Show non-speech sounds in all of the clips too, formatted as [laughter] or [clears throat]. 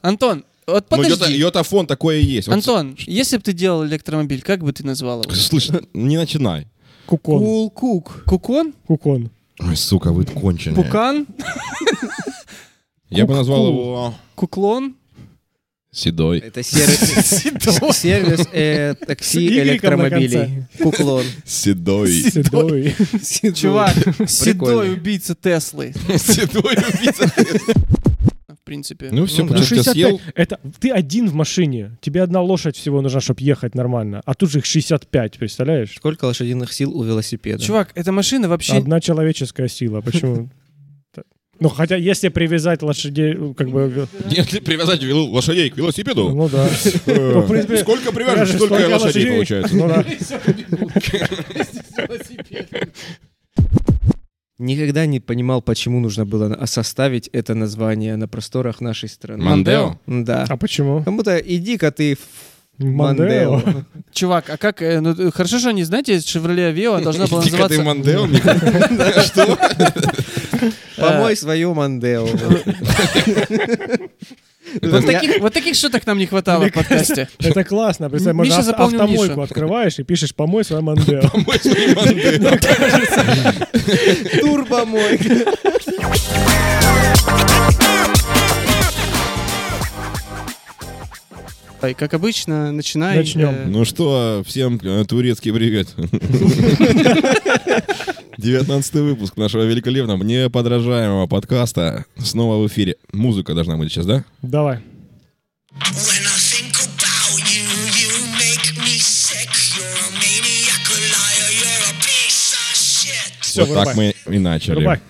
Антон, Ну, вот подожди. йотафон такое и есть. Вот Антон, если бы ты делал электромобиль, как бы ты назвал его? с- Слышь, не начинай. Кукон. Кулкук. Кукон? Кукон. Ой, сука, вы конченые. Пукан? Я бы назвал Ку-ку. его Куклон? Седой. [laughs] Это сервис, сервис э, такси С Y на электромобилей. Куклон. Седой. Седой. Ну, [laughs] Чувак, седой Прикольно. убийца Теслы. Седой убийца. В принципе. Ну все, Ну потому да. что я 65 съел. Это ты один в машине. Тебе одна лошадь всего нужна, чтобы ехать нормально. А тут же их 65, представляешь? Сколько лошадиных сил у велосипеда? Чувак, эта машина вообще... Одна человеческая сила. Почему? Ну, хотя если привязать лошадей, ну, как бы... Если привязать вел- лошадей к велосипеду, Ну да. э, Ну, в принципе, сколько даже привяжешь, столько столько лошадей лошадей. получается. Ну да. Никогда не понимал, почему нужно было составить это название на просторах нашей страны. Мандео? Да. А почему? Как будто иди-ка ты в Мандео. [laughs] Мандео. Чувак, а как... э, ну, хорошо, что они, знаете, Chevrolet Aveo должна [laughs] была Иди-ка ты называться... Мандео, мне кажется. Помой свою [laughs] Мандео. [laughs] Вот таких, вот таких шуток нам не хватало в подкасте. Это классно. Представь, можно Миша ав- запомнил автомойку Мишу. открываешь и пишешь «Помой свой Мандео». Мой свой Мандео. Турбо мой. Ай, Как обычно, начинай. Начнем. Э, Ну что, всем э, турецкий привет. 19 выпуск нашего великолепного, неподражаемого подкаста. Снова в эфире. Музыка должна быть сейчас, да? Давай. When I think about you, you make me sick. You're a maniac, a liar, you're a piece of shit. Всё, вот так мы и начали. Врубай.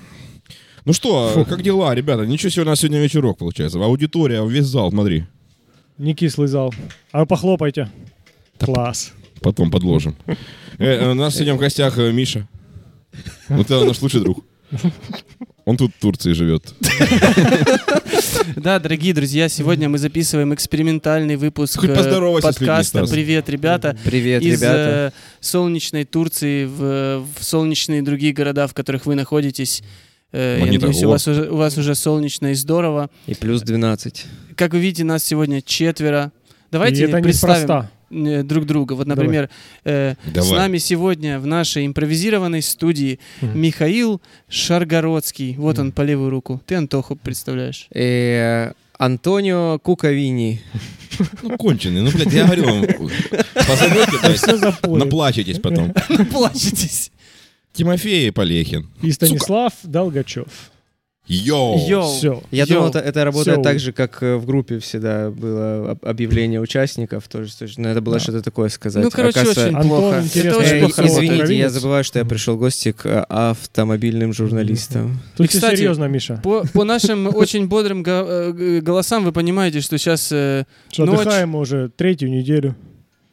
Ну что, как дела, ребята? Ничего себе у нас сегодня вечерок получается. Аудитория, весь зал, смотри. Не кислый зал. А вы похлопайте. Класс. Потом подложим. Э, э, У нас сегодня в гостях э, Миша. Вот это наш лучший друг. Он тут в Турции живет. Э, Да, дорогие друзья, сегодня мы записываем экспериментальный выпуск Хоть э, поздоровайся с людьми, подкаста Стас. «Привет, ребята». Привет, из ребята. э, солнечной Турции в, в солнечные другие города, в которых вы находитесь. Э, Я Магнитогор. надеюсь, у вас, уже, у вас уже солнечно и здорово. И плюс 12. Как вы видите, нас сегодня четверо. И Давайте это представим неспроста. э, друг друга. Вот, например, э, с Давай. нами сегодня в нашей импровизированной студии Михаил Шаргородский. Вот он по левую руку. Ты Антоху [laughs] представляешь. Э, Антонио Куковини. Ну, конченый. Ну, блядь, я говорил вам. Позовете, Все блядь, запомнил. наплачетесь потом. Плачетесь. Тимофей Полехин. И Станислав Долгачев. [laughs] Йоу! Йоу. Все. Я Йоу. думал, это, это работает Всё. так же, как э, в группе всегда было об- объявление участников. Тоже, тоже надо было что-то такое сказать. Ну, короче, Оказывается, очень Антон, плохо. интересно, Это очень Э, плохо. извините, я Куковинец. забываю, что я пришел в гости к э, автомобильным журналистам. Тут И, все кстати, серьезно, Миша. По, по нашим очень бодрым го- э, г- голосам вы понимаете, что э, сейчас Что, ночь. отдыхаем уже третью неделю.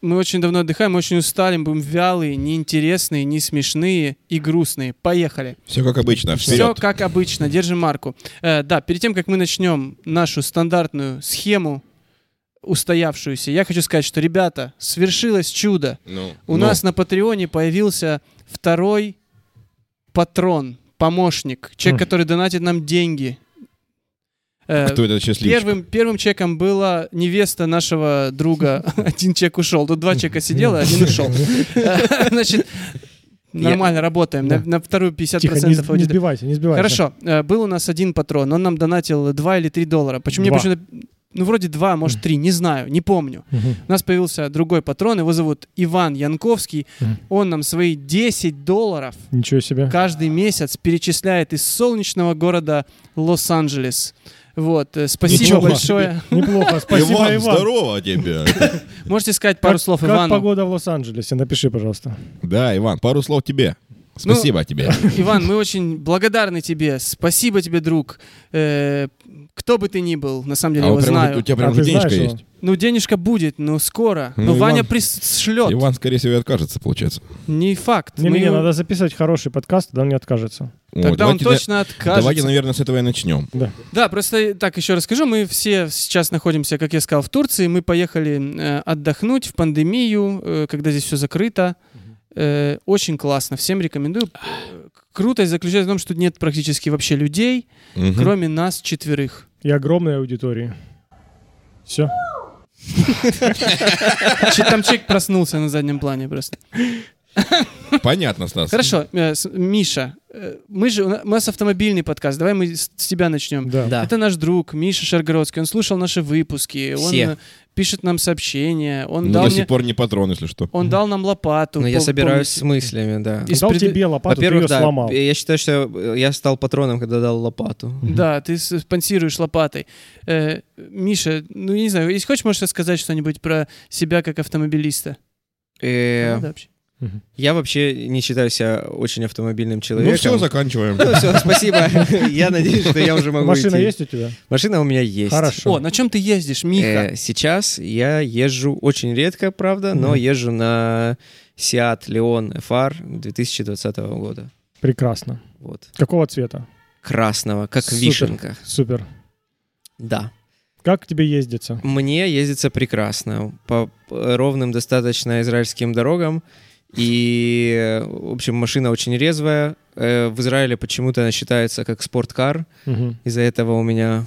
мы очень давно отдыхаем, мы очень устали, мы будем вялые, неинтересные, не смешные и грустные. Поехали. Все как обычно. Все Вперед. как обычно, держим марку. Э, да, перед тем, как мы начнем нашу стандартную схему, устоявшуюся, я хочу сказать, что, ребята, свершилось чудо. Ну, У ну. нас на Патреоне появился второй патрон, помощник, человек, Хм. который донатит нам деньги. Э, Кто это счастливчик? первым, первым человеком была невеста нашего [laughs] друга. Один человек ушел. Тут два человека сидело, один ушел. Э, Значит, нормально работаем. На, Да. на вторую Тихо, не, 50% не аудитории. сбивайся, не сбивайся. Хорошо. Э, Был у нас один патрон. Он нам донатил 2 или 3 доллара. Почему мне Два. почему-то... Ну, вроде 2, может, 3, не знаю, не помню. Мгм. У нас появился другой патрон, его зовут Иван Янковский. Мгм. Он нам свои 10 долларов Ничего себе. каждый месяц перечисляет из солнечного города Лос-Анджелес. Вот, э, спасибо Ничего. большое. Неплохо. Спасибо, Иван, Иван. здорово тебе. Можете сказать Как- пару слов как Ивану? погода в Лос-Анджелесе? Напиши, пожалуйста. Да, Иван, пару слов тебе. Ну, Спасибо тебе. [laughs] Иван, мы очень благодарны тебе. Спасибо тебе, друг. Э, кто бы ты ни был, на самом деле, А я у его прям- знаю. у тебя А прям ты же денежка знаешь его? есть. Ну, денежка будет, но скоро. Ну, но Иван- Ваня пришлет. Иван, скорее всего, и откажется, получается. Не факт. Не, Мы не, его- надо записать хороший подкаст, тогда он не откажется. О, Тогда он давайте, на- точно откажется. Давайте, наверное, с этого и начнем. Да, просто так еще расскажу. Мы все сейчас находимся, как я сказал, в Турции. Мы поехали э, отдохнуть в пандемию, э, когда здесь все закрыто. Э, очень классно, всем рекомендую. Э, Крутость заключается в том, что нет практически вообще людей, Мгм. кроме нас четверых. И огромной аудитории. Все. Че- Там человек проснулся на заднем плане просто. Понятно, Стас. Хорошо, э, с- Миша, э, мы же, у на- у нас автомобильный подкаст, давай мы с с тебя начнем. Да. Да. Это наш друг Миша Шаргородский, он слушал наши выпуски, он Все. э, пишет нам сообщения, он, Ну, дал, до мне, сих пор не патрон, если что. он дал нам лопату. Но Ну, я пом- собираюсь с помните? мыслями, да. Из Дал пред- тебе лопату, ты ее Во-первых, да, сломал. я считаю, что э, я стал патроном, когда дал лопату. Да, ты с- спонсируешь лопатой. Э, Миша, ну я не знаю, если хочешь, можешь рассказать что-нибудь про себя как автомобилиста. Э, Ну Надо вообще? Я вообще не считаю себя очень автомобильным человеком. Ну все, заканчиваем. Ну все, спасибо. [laughs] Я надеюсь, что я уже могу Машина идти. есть у тебя? Машина у меня есть. Хорошо. О, на чем ты ездишь, Миха? Э, сейчас я езжу очень редко, правда, но Мгм. езжу на Seat Leon FR 2020 года. Прекрасно. Вот. Какого цвета? Красного, как Супер. вишенка. Супер. Да. Как тебе ездится? Мне ездится прекрасно. По э, ровным достаточно израильским дорогам. И, э, в общем, машина очень резвая. Э, В Израиле почему-то она считается как спорткар. Мгм. Из-за этого у меня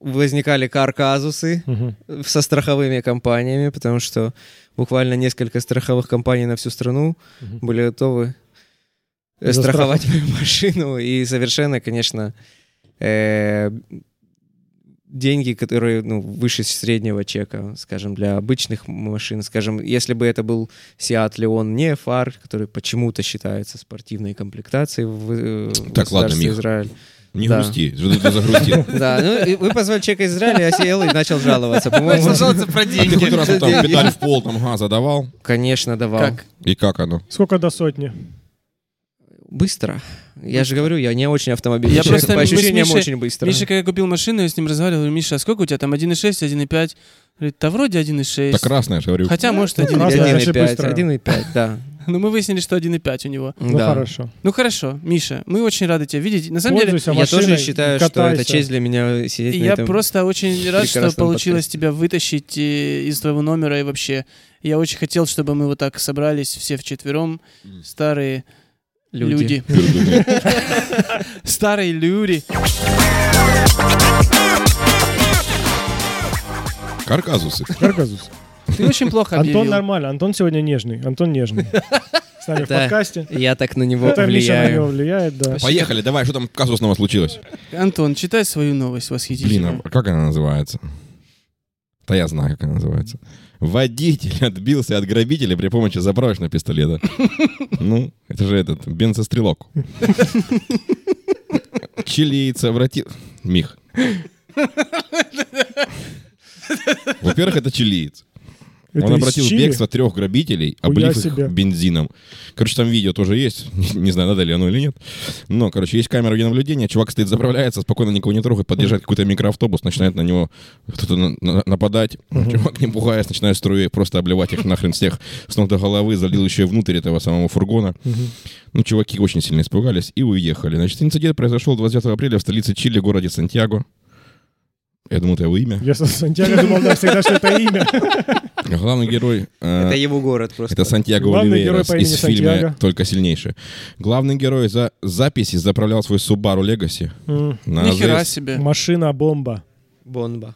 возникали кар-казусы. Мгм. со страховыми компаниями, потому что буквально несколько страховых компаний на всю страну Мгм. были готовы э, За страховать мою машину. И совершенно, конечно, э, деньги, которые ну, выше среднего чека, скажем, для обычных машин. Скажем, если бы это был Seat Leon не фар, который почему-то считается спортивной комплектацией в, э, Так, ладно, государстве Мих. Израиль. Не Да. грусти, что [laughs] ты загрустил. Да, ну, и вы позвали человека из Израиля, я сел и начал жаловаться. Ну, По-моему, Начал жаловаться про А ты хоть деньги. раз вот там педаль в пол там газа давал? конечно, давал. Как? И как оно? Сколько до сотни? Быстро. Я же говорю, я не очень автомобильный Я человек, просто- по мы с ощущениям Мишей- очень быстро. Миша, когда я купил машину, я с ним разговаривал, говорю, Миша, а сколько у тебя там 1.6, 1.5? Говорит, да вроде 1.6. Так красное, я же говорю. Хотя, может, 1.5. раз, Или да, 1,5, очень быстро. 1,5, да. Но мы выяснили, что 1.5 у него. Ну Да. хорошо. Ну хорошо, Миша, мы очень рады тебя видеть. На самом деле, Пользуйся Я машиной, тоже считаю, что катайся. это честь для меня сидеть на я этом. просто очень рад, что прекрасном получилось подкасте. тебя вытащить э, из твоего номера и вообще. Я очень хотел, чтобы мы вот так собрались все вчетвером, старые люди. [laughs] Старые люди. Карказусы. Каргазус. Ты очень плохо Антон объявил. нормально. Антон сегодня нежный. Антон нежный. С нами в Да. подкасте. Я так на него Это Миша на него влияю. влияет, да. Поехали, давай, что там казусного случилось? Антон, читай свою новость Блин, восхитительную. а как она называется? Да я знаю, как она называется. Водитель отбился от грабителя при помощи заправочного пистолета. Ну, это же этот, бензострелок. Чилийца обратил... Мих. Во-первых, это чилиец. Это Он из обратил в Чили? бегство трех грабителей, Хуя облив их себе. бензином. Короче, там видео тоже есть. [laughs] Не, не знаю, надо ли оно или нет. Но, короче, есть камера видеонаблюдения. Чувак стоит, заправляется, спокойно никого не трогает, подъезжает какой-то микроавтобус, начинает на него кто-то на- на- нападать. Чувак, не пугаясь, начинает струей просто обливать их нахрен всех с ног до головы, залил еще и внутрь этого самого фургона. Ну, чуваки очень сильно испугались и уехали. Значит, инцидент произошел 29 апреля в столице Чили, городе Сантьяго. Я думал, это его имя. Я со Сантьяго думал, да, всегда, что это имя. Главный герой... э, Это его город просто. это Сантьяго Главный Оливейра герой по имени из фильма Сантьяго. «Только сильнейший». Главный герой за записи заправлял свой Subaru Legacy. М, На Нихера АЗС. себе. Машина-бомба. Бомба.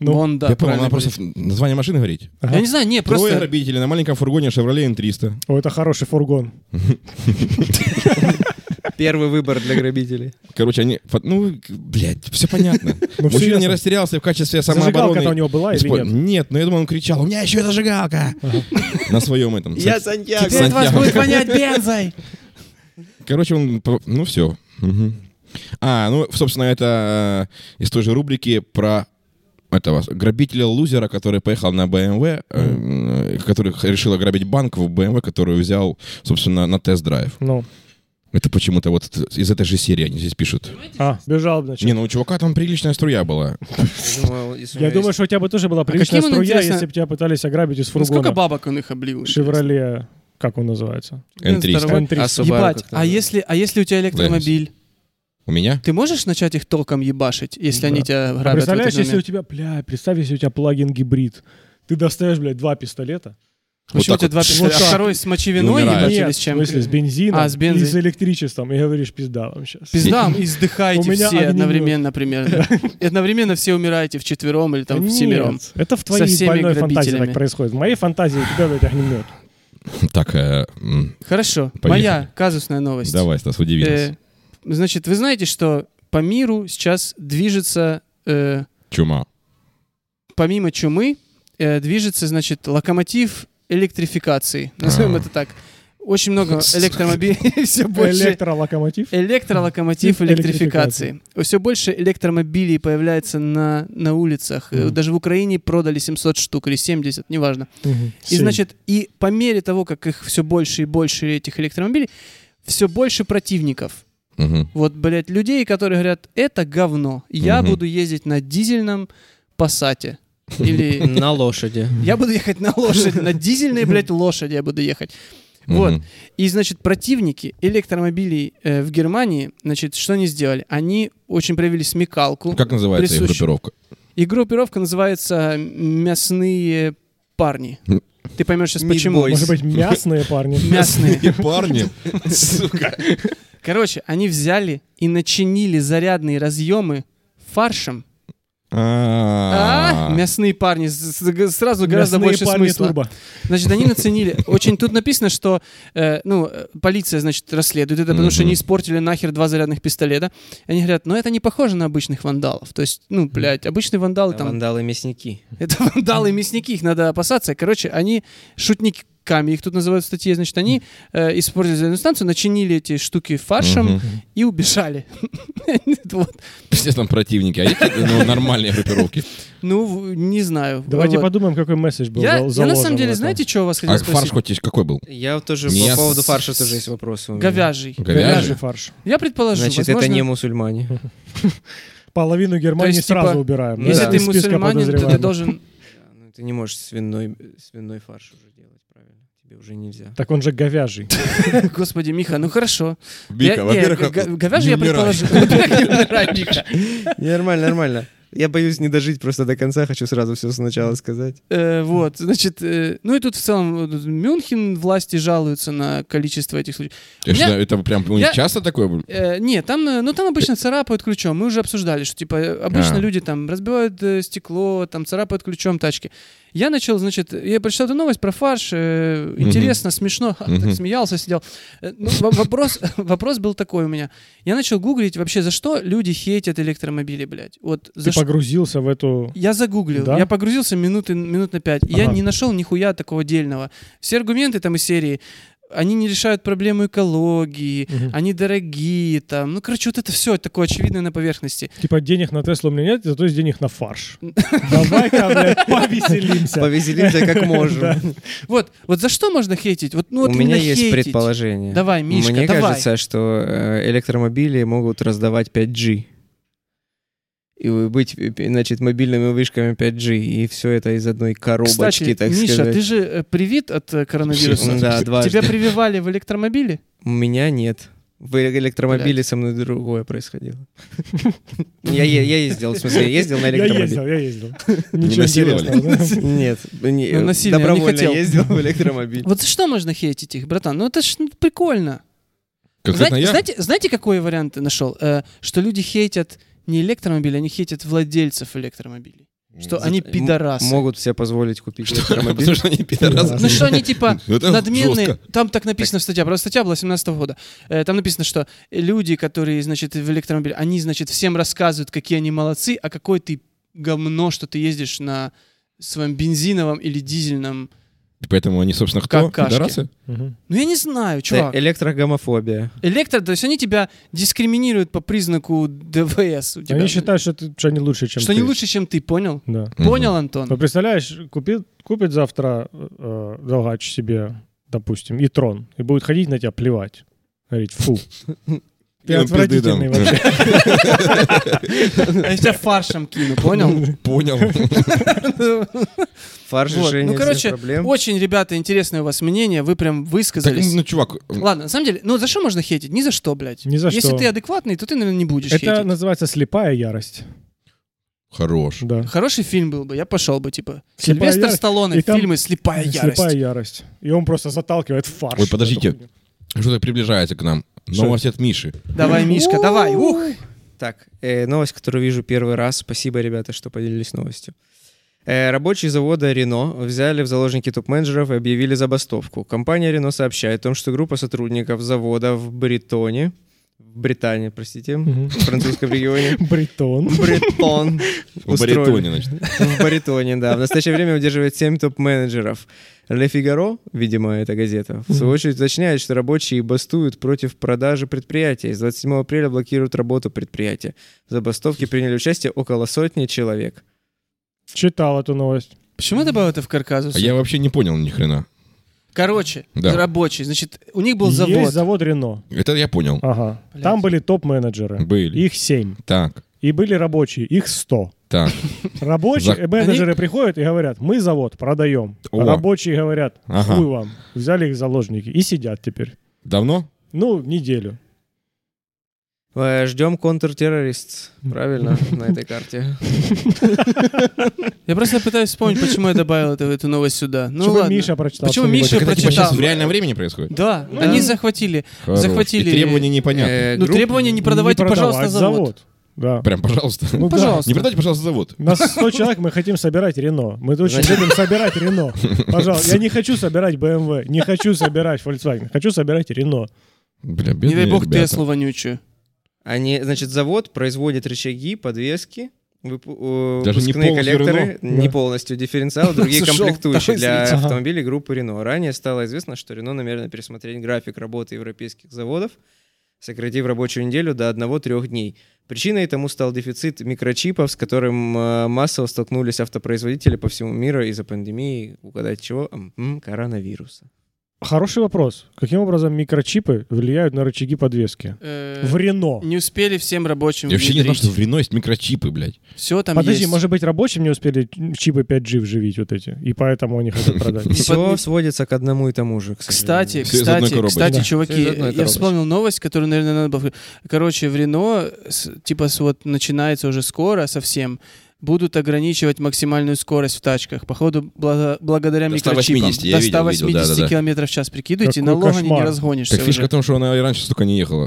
Ну, Бонда. Я понял, правильно надо просто говорить. ф- название машины говорить. Ага. Я не знаю, не, Трое просто... грабителей на маленьком фургоне Chevrolet N300. О, это хороший фургон. Первый выбор для грабителей. Короче, они... фо- Ну, блядь, все понятно. [laughs] Ну, всё Мужчина не ясно. растерялся в качестве самообороны. Зажигалка-то у него была или испо- нет? но я думал, он кричал, у меня еще и зажигалка. [laughs] На своем этом. Я Сан- Сантьяго. Теперь от вас Сантьяго. будет [laughs] вонять бензой. Короче, он... по- Ну, все. А, ну, собственно, это э, из той же рубрики про этого грабителя-лузера, который поехал на BMW, э, э, который х- решил ограбить банк в BMW, который взял, собственно, на тест-драйв. Ну, Это почему-то вот т- из этой же серии они здесь пишут. а, бежал, значит. Не, ну у чувака там приличная струя была. Думал, если у Я меня думаю, есть- что у тебя бы тоже была приличная каким он, струя, интересно- если бы тебя пытались ограбить из Ну, сколько фургона. бабок он их облил? Шевроле, как он называется? Блин, N300. здорово. N300. А Subaru Ебать, как-то а называется. если, а если у тебя электромобиль? У меня? [laughs] Ты можешь начать их толком ебашить, если они Да. тебя А грабят? Представляешь, если у тебя, бля, представь, если у тебя плагин гибрид. Ты достаешь, блядь, два пистолета, Вот Вообще у так тебя вот. два пистолета, Вот а так. Ну, второй с мочевиной И умирает. ебать А, или Нет, с в чем? смысле, с бензином А, с и бензин. с электричеством. И говоришь, пизда вам сейчас. Пиздам и У сдыхаете меня все огнемет. одновременно [laughs] примерно. И одновременно все умираете в четвером или там в Нет, семером. Это в Со твоей всеми больной фантазии грабителями. так происходит. В моей фантазии у тебя, блядь, огнемет. Так, э, м, Хорошо. Поехали. Моя казусная новость. давай, Стас, удиви Э, нас. Значит, вы знаете, что по миру сейчас движется э, Чума. помимо чумы э, движется, значит, локомотив электрификации. Назовем А. это так. Очень много [laughs] электромобилей, все [laughs] больше Э, Электролокомотив. электролокомотив Электрификации. электрификации. Все больше электромобилей появляется на, на улицах. Э, Мгм. Даже в Украине продали 700 штук или 70, неважно. Мгм. И Семь. значит, и по мере того, как их все больше и больше этих электромобилей, все больше противников. Мгм. Вот, блядь, людей, которые говорят, это говно. Я Мгм. буду ездить на дизельном пассате. [laughs] Или На лошади. я буду ехать на лошади, [laughs] на дизельной, блядь, лошади я буду ехать. Вот. Мгм. И, значит, противники электромобилей э, в Германии, значит, что они сделали? Они очень проявили смекалку. Как называется их Присущи. группировка? И группировка называется «Мясные парни». М. Ты поймешь сейчас Meat почему. Boys. Может, Может быть, мясные парни. [laughs] Мясные. парни. Короче, они взяли и начинили зарядные разъемы фаршем. А, [laughs] А, мясные парни. с- с- Сразу гораздо Мясные больше парни смысла. турбо. Значит, они наценили. Очень тут написано, что э, ну, э, полиция, значит, расследует это, потому что Мгм. они испортили нахер два зарядных пистолета. И Они говорят, ну это не похоже на обычных вандалов. То есть, ну, блядь, обычные вандалы там. Вандалы-мясники. Это вандалы-мясники, их надо опасаться. Короче, они шутниками, их тут называют в статье, значит, они э, использовали зарядную станцию, начинили эти штуки фаршем Мгм. и убежали. [laughs] Вот. Все там противники, а есть ну, нормальные группировки. Ну, в- не знаю. Давайте Вот. подумаем, какой месседж был Я, зал- я на заложен самом в деле, этом. знаете, что у вас хотел А фарш спросить? хоть есть какой был? Я тоже Мяс- по поводу фарша тоже есть вопросы у меня. Говяжий. Говяжий? Говяжий фарш. Я предположу, Значит, возможно, это не мусульмане. Половину Германии То есть, сразу типа, убираем. если Ну да, ты из списка мусульманин, то ты подозреваемых. должен... [laughs] Ну, Ты не можешь свиной, свиной фарш уже делать, правильно? Тебе уже нельзя. Так он же говяжий. Господи, Миха, ну хорошо. Вика, Я- не, во-первых, а г- говяжий я не умирай. предположу. [laughs] Во-первых, не умирай, Миша. Нормально, нормально. Я боюсь не дожить просто до конца, хочу сразу все сначала сказать. Э, Вот, значит, э, ну и тут в целом э, Мюнхен власти жалуются на количество этих случаев. Я меня- считаю, Это прям у них Я- часто такое? было? Э, Нет, там, э, ну там обычно царапают ключом. Мы уже обсуждали, что типа э, обычно А. люди там разбивают э, стекло, там царапают ключом тачки. Я начал, значит, я прочитал эту новость про фарш. э, Мгм. Интересно, смешно, [laughs] Ха, так Мгм. смеялся, сидел. Э, ну, во- вопрос, [laughs] вопрос был такой у меня. Я начал гуглить вообще, за что люди хейтят электромобили, блядь. Вот за Ты что. погрузился в эту... Я загуглил, Да? я погрузился минуты, минут на пять. и Я Ага. не нашел нихуя такого дельного. Все аргументы там из серии, они не решают проблему экологии, Мгм. они дорогие там. Ну, короче, вот это все такое очевидное на поверхности. Типа денег на Теслу у меня нет, зато есть денег на фарш. Давай-ка, блядь, повеселимся. [laughs] Повеселимся как можем. Вот, вот за что можно хейтить? Вот, ну, У вот именно меня есть хейтить. предположение. Давай, Мишка, Мне давай. кажется, что э, электромобили могут раздавать 5G. И вы быть, э, значит, мобильными вышками 5G. И все это из одной коробочки, Кстати, так Миша, сказать. ты же э, привит от э, коронавируса. Да, дважды. Тебя прививали в [laughs] электромобиле? У меня нет. В электромобиле со мной другое происходило. [laughs] Я, е- я ездил, в смысле, я ездил на Я ездил, электромобиле. я ездил. Не Ничего насиловали? интересного. да? Нет, не- Ну, насильно, я не добровольно хотел. ездил в электромобиле. Вот за что можно хейтить их, братан? Ну, это ж ну, прикольно. Конкретно знаете, я? Знаете, знаете, какой вариант ты нашел? Э, что люди хейтят не электромобили, они хейтят владельцев электромобилей. Что [laughs] За- они м- пидорасы. Могут себе позволить купить Потому электромобиль. что они пидорасы. Ну что они [laughs] типа Это надменные? жестко. Там так написано в статье, просто статья была 17 года. Э, Там написано, что люди, которые, значит, в электромобиле, они, значит, всем рассказывают, какие они молодцы, а какой ты говно, что ты ездишь на своем бензиновом или дизельном. И Поэтому они, собственно, кто? Какашки. Пидорасы? Мгм. Ну я не знаю, Это чувак. Электрогомофобия. Электро, то есть они тебя дискриминируют по признаку ДВС. У тебя. Они считают, что ты- что они лучше, чем Типа- что ты. не лучше, чем ты, понял? Да. Мгм. Понял, Антон? Ну, представляешь, купит, купит завтра э, Долгач себе, допустим, и трон, и будет ходить на тебя плевать. Говорить, [laughs] фу. Ты Я пизды отвратительный дам. вообще. А я тебя фаршем кину, понял? [laughs] Понял. Фарш Вот. решение Ну, всех короче, [laughs] проблем. Очень, ребята, интересное у вас мнение, вы прям Так, высказались. ну, чувак, Ладно, на самом деле, ну за что можно хейтить? Ни за что, блядь. Ни за Если что. ты адекватный, то ты, наверное, не будешь Это хейтить. называется слепая ярость. Хорош. Да. Хороший фильм был бы, я пошел бы, типа. «Слепая Сильвестр ярость». Сталлоне, И там фильмы «Слепая ярость». Слепая ярость. И он просто заталкивает в фарш. Ой, подождите. эту хуйню. Что так приближается к нам? Что? Новость от Миши. Давай, Мишка, давай. Ух. Так, э, новость, которую вижу первый раз. Спасибо, ребята, что поделились новостью. Э, Рабочие завода Рено взяли в заложники топ-менеджеров и объявили забастовку. Компания Рено сообщает о том, что группа сотрудников завода в Бретоне, в Британии, простите, Мгм. в французском регионе, Бретон. Бретон, В устроили- баритоне, значит. в баритоне, да. В настоящее время удерживает 7 топ-менеджеров. Ле Фигаро, видимо, эта газета, в свою очередь уточняет, что рабочие бастуют против продажи предприятия. С 27 апреля блокируют работу предприятия. В забастовке приняли участие около сотни человек. Читал эту новость. Почему я добавил это в карказус? А я вообще не понял ни хрена. Короче, Да. рабочий. Значит, у них был завод. Есть завод Рено. Это я понял. Ага. Блядь. Там были топ-менеджеры. Были. Их семь. Так, И были рабочие. Их сто. так. Рабочие, э, За- менеджеры приходят и говорят, мы завод продаем. О. Рабочие говорят, Ага. хуй вам. Взяли их в заложники. И сидят теперь. Давно? Ну, неделю. Э, Ждем контртеррорист. Правильно, на этой карте. Я просто пытаюсь вспомнить, почему я добавил это, эту новость сюда. Ну Чего ладно. Миша прочитал? Почему что-нибудь? Миша Так это типа прочитал. сейчас в реальном времени происходит? Да, Да. они захватили. Хорош. Захватили- И требования непонятны. Э, Ну, групп- требование не продавайте, Не продавать пожалуйста, завод. э, Да. Прям, пожалуйста. Ну, да. Пожалуйста. Не продайте, пожалуйста, завод. Нас 100 человек, мы хотим собирать Рено. Мы очень Значит- любим собирать Рено. Пожалуйста, я не хочу собирать BMW, не хочу собирать Volkswagen, хочу собирать Рено. Бля, Не бедные дай бог ребята. Теслу вонючую. Они, значит, завод производит рычаги, подвески, выпу- э, Даже не выпускные полностью коллекторы, Рено. не Да. полностью дифференциал, другие Сошел комплектующие второй для зритель. Ага. автомобилей группы Рено. Ранее стало известно, что Рено намерено пересмотреть график работы европейских заводов, сократив рабочую неделю до 1-3 дней. Причиной тому стал дефицит микрочипов, с которым э, массово столкнулись автопроизводители по всему миру из-за пандемии, угадать чего, М, коронавируса. Хороший вопрос. Каким образом микрочипы влияют на рычаги подвески? Э, В Рено. Не успели всем рабочим Я вообще не знал, что внедрить. в Рено есть микрочипы, блядь. Все там Подожди, есть. может быть, рабочим не успели чипы 5G вживить вот эти, и поэтому они хотят продать. Все под- сводится к одному и тому же, к Кстати, сожалению. Все из одной кстати, коробочки. кстати, Да. чуваки, Все из одной я коробочки. вспомнил новость, которую, наверное, надо было... Короче, в Рено, с- типа, с- вот начинается уже скоро совсем, будут ограничивать максимальную скорость в тачках. Походу, благо- благодаря До микрочипам. 180, я До видел, 180 видел, да-да-да. километров в час, прикидывайте, Какой на Логане не кошмар. разгонишься Так фишка уже. в том, что она и раньше, сука, не ехала.